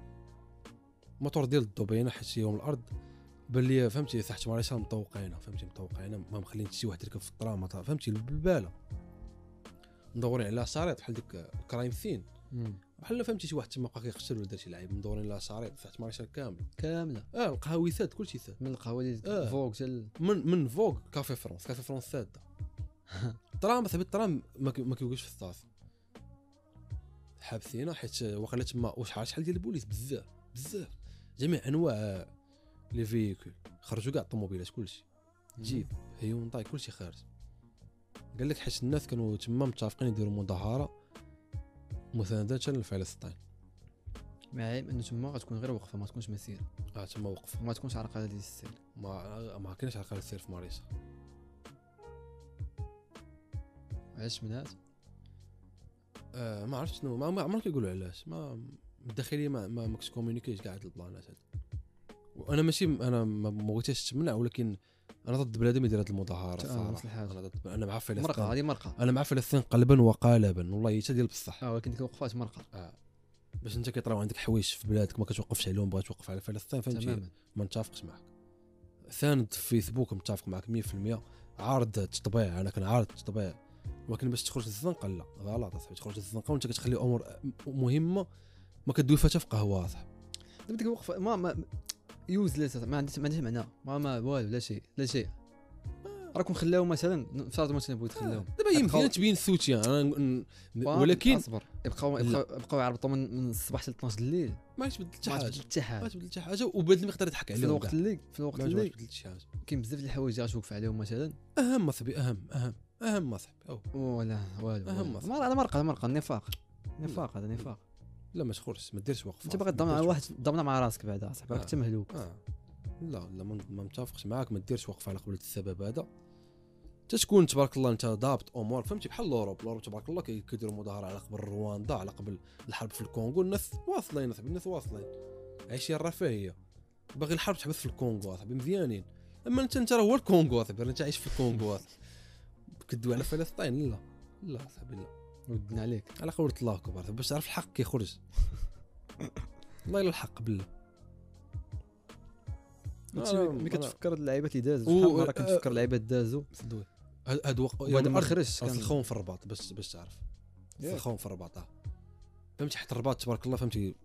A: موتور ديال الضبينه حيت يوم الارض بان لي فهمتي تحت مريشال مطوقينه فهمتي مطوقينه ما مخلينش شي واحد يركب في الطرام ما تعرف- فهمتي البلباله مدورين على شريط بحال ديك الكرايم سين
B: مم.
A: بحال فهمتي شي واحد تما بقى كيقتل ولا دار شي لعيب مدورين على شريط تحت مريشال كامل
B: كامله
A: اه القهاوي ساد كلشي ساد
B: من القهوه
A: آه.
B: ديال فوق ديال
A: من من فوق كافي فرونس كافي فرونس ساده ترام صاحبي ترام ما كي- ما كيوقفش في الصاف حابسينا حيت واقيلا تما واش عارف شحال ديال البوليس بزاف بزاف جميع انواع لي فيكول خرجوا كاع الطوموبيلات كلشي جيب هيونداي كلشي خارج قال لك حيت الناس كانوا تما متفقين يديروا مظاهره مسانده لفلسطين
B: مع العلم انه تما غتكون غير وقفه ما تكونش مسيره
A: اه تما وقف
B: وما تكونش عرقله ديال السيل
A: ما ما كاينش علاقه سير في ماريسا
B: علاش منات
A: آه ما عرفت شنو ما ما عمرك يقولوا علاش ما الداخليه ما ما ماكش كومونيكيش كاع هاد البلانات هاد وانا ماشي انا ما ما بغيتش نتمنع ولكن انا ضد بنادم يدير هاد المظاهره
B: آه، نفس
A: صراحه
B: الحاجة.
A: انا ضد انا مع
B: مرقه
A: فلسطين
B: هذه مرقه
A: انا مع فلسطين قلبا وقالبا والله حتى ديال بصح
B: اه ولكن ديك الوقفات مرقه
A: آه. باش انت كيطراو عندك حوايج في بلادك ما كتوقفش عليهم بغا توقف على فلسطين فهمتي
B: تماما
A: ما نتفقش معك ثاند في فيسبوك متفق معك 100% عارض التطبيع انا كنعارض التطبيع ولكن باش تخرج للزنقه لا غلط اصاحبي تخرج للزنقه وانت كتخلي امور مهمه ما كدوي فيها في قهوه اصاحبي
B: دابا ديك الوقفه ما ما يوزلس ما عندهاش ما عندهاش معنى ما ما والو لا شيء لا شيء راكم خلاو مثلا فرضوا مثلا
A: آه،
B: بغيت تخلاو
A: دابا يمكن تبين الثوت يعني أنا ن- ن- ولكن
B: اصبر يبقاو
A: لا.
B: يبقاو يبقاو يعربطوا من, من الصباح حتى 12 الليل
A: ما عادش بدلت شي
B: ما
A: حاجه
B: تبدل حتى
A: ما
B: حاجه
A: تبدلت شي حاجه وبهذا المقدار يضحك
B: في
A: عليهم
B: الوقت
A: كاع.
B: اللي في الوقت
A: ما عاد- ما
B: اللي
A: تبدلت شي حاجه
B: كاين بزاف د الحوايج اللي غتوقف عليهم مثلا
A: اهم اصاحبي اهم اهم اهم اصاحبي او
B: ولا والو
A: أهم
B: والو.
A: أصلا.
B: ما هذا مرقه هذا مرقه النفاق نفاق هذا نفاق
A: لا ما تخرجش ما ديرش وقفه
B: انت باغي تضمن على واحد تضمن مع راسك بعدا صاحبي راك
A: آه.
B: انت مهلوك
A: آه. لا لا ما ما متفقش معاك ما ديرش وقفه على قبل السبب هذا انت تكون تبارك الله انت ضابط امور فهمتي بحال الاوروب الاوروب تبارك الله كي- كيديروا مظاهره على قبل رواندا على قبل الحرب في الكونغو الناس واصلين اصاحبي الناس واصلين عايشين الرفاهيه باغي الحرب تحبس في الكونغو اصاحبي مزيانين اما انت انت راه هو الكونغو اصاحبي راه انت عايش في الكونغو اصاحبي كدوي على فلسطين لا لا اصاحبي لا
B: ودنا عليك
A: على قولة الله كبار باش تعرف الحق كيخرج والله الا الحق بالله
B: انت ملي كتفكر هاد اللعيبات اللي دازوا
A: آه، و-
B: شحال من مره
A: آه.
B: كتفكر اللعيبات دازوا
A: دوي هاد وقت
B: وهذا ما خرجش كان-
A: الخون في الرباط باش باش تعرف
B: ياك.
A: الخون في الرباط آه. فهمتي حتى الرباط تبارك الله فهمتي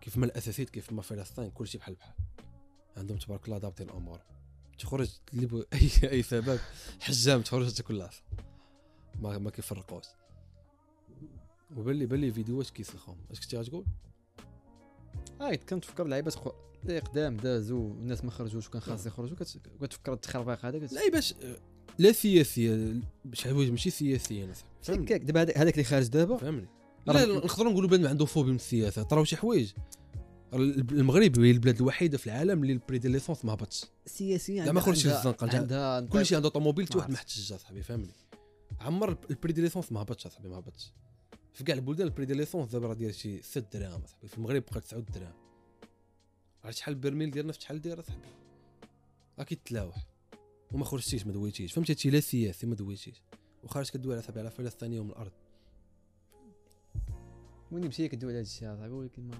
A: كيف ما الاثاثيت كيف ما فلسطين كلشي بحال بحال عندهم تبارك الله ضابطين الامور تخرج اللي بغ- اي اي سبب حجام تخرج تاكل العصا ما ما كيفرقوش وبان لي بان لي فيديوهات كيسلخوهم اش كنتي غتقول
B: هاي كنتفكر لعيبات خو... اللي قدام دازوا والناس ما خرجوش وكان خاص يخرجوا كت- كتفكر التخربيق هذا كت-
A: لا باش لا سياسيه شي حوايج ماشي سياسيه انا صاحبي. فهمني
B: هكاك دابا هذاك هذاك اللي خارج دابا
A: فهمني
B: راه-
A: لا لا، نقدروا نقولوا بان عنده فوبيا من السياسه طراو شي حوايج راه الب- المغرب هي البلاد الوحيده في العالم اللي البريديليسونس ما هبطش
B: سياسيا
A: لا ما خرجش
B: عندها-
A: الزنقة، عندها-
B: عندها
A: كل شيء عنده طوموبيل حتى
B: ما
A: واحد
B: عرفتش.
A: محت الشجار صاحبي فهمني عمر الب- البريديليسونس ما هبطش صاحبي ما هبطش في كاع البلدان البريديليسونس دابا راه داير شي 6 دراهم صاحبي في المغرب بقى 9 دراهم عرفت شحال البرميل ديال النفط شحال داير صاحبي راكي تلاوح وما خرجتيش ما دويتيش فهمتي هادشي لا سياسي ما دويتيش وخرج كدوي على صاحبي على فلسطين يوم الارض
B: وين مشي كدوي على هذا الشيء صاحبي ولكن ما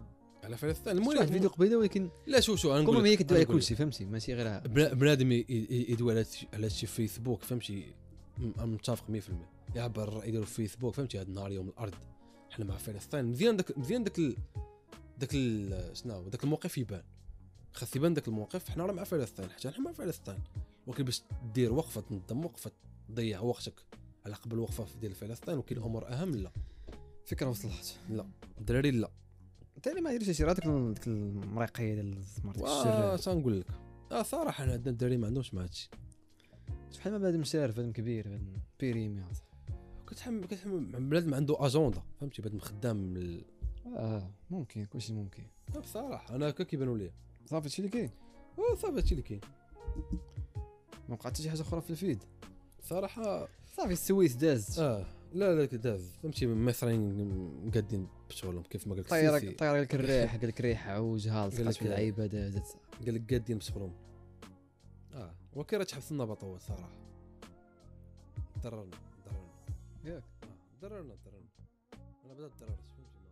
A: على فلسطين
B: شفت واحد الفيديو
A: المهم
B: قبيله ولكن
A: لا شوف شوف أنا نقول
B: كومون
A: لك-
B: هي كدوي
A: أنا
B: على
A: نقول لك.
B: كلشي فهمتي ماشي غير هذا.
A: بنا- بنادم ي- ي- يدوي على هادشي- على شي فيسبوك فهمتي م- أنا متفق 100% يعبر الراي ديالو في فيسبوك فهمتي هاد النهار يوم الارض حنا مع فلسطين مزيان داك مزيان داك ال... داك ال... شنو هو داك الموقف يبان خاص يبان داك الموقف حنا راه مع فلسطين حتى حنا مع فلسطين ولكن باش دير وقفه تنظم وقفه تضيع وقتك على قبل وقفه في ديال فلسطين وكاين امور اهم لا
B: فكره وصلت
A: الدراري لا
B: تاني ما يديرش شي راه ديك ال- ديك المريقيه ديال الزمر ديك
A: واه
B: الشرار
A: تنقول لك اه صراحه أنا عندنا الدراري ما عندهمش مع هادشي
B: شحال ما بنادم شارف بنادم كبير بنادم بيريمي
A: كتحمل كتحمل مع بنادم عنده اجوندا فهمتي بنادم خدام من ال...
B: اه ممكن كلشي ممكن
A: لا بصراحه انا هكا كيبانوا لي
B: صافي هادشي اللي كاين
A: اه صافي هادشي اللي كاين
B: ما وقع حتى شي حاجه اخرى في الفيد آه،
A: صراحه
B: صافي السويس دازت
A: اه لا لا داز فهمتي المصريين مقادين بشغلهم كيف ما قلت
B: طيارة
A: السيسي
B: طيارة قال لك الريح قال لك ريح عوجها
A: قال لك
B: لصقات في العيبة دازت
A: قال لك قادين بشغلهم اه وكي راه تحبس لنا بطوة صراحه ضررنا ضررنا
B: ياك.
A: آه، ضررنا ضررنا انا بدات ضررت فهمتي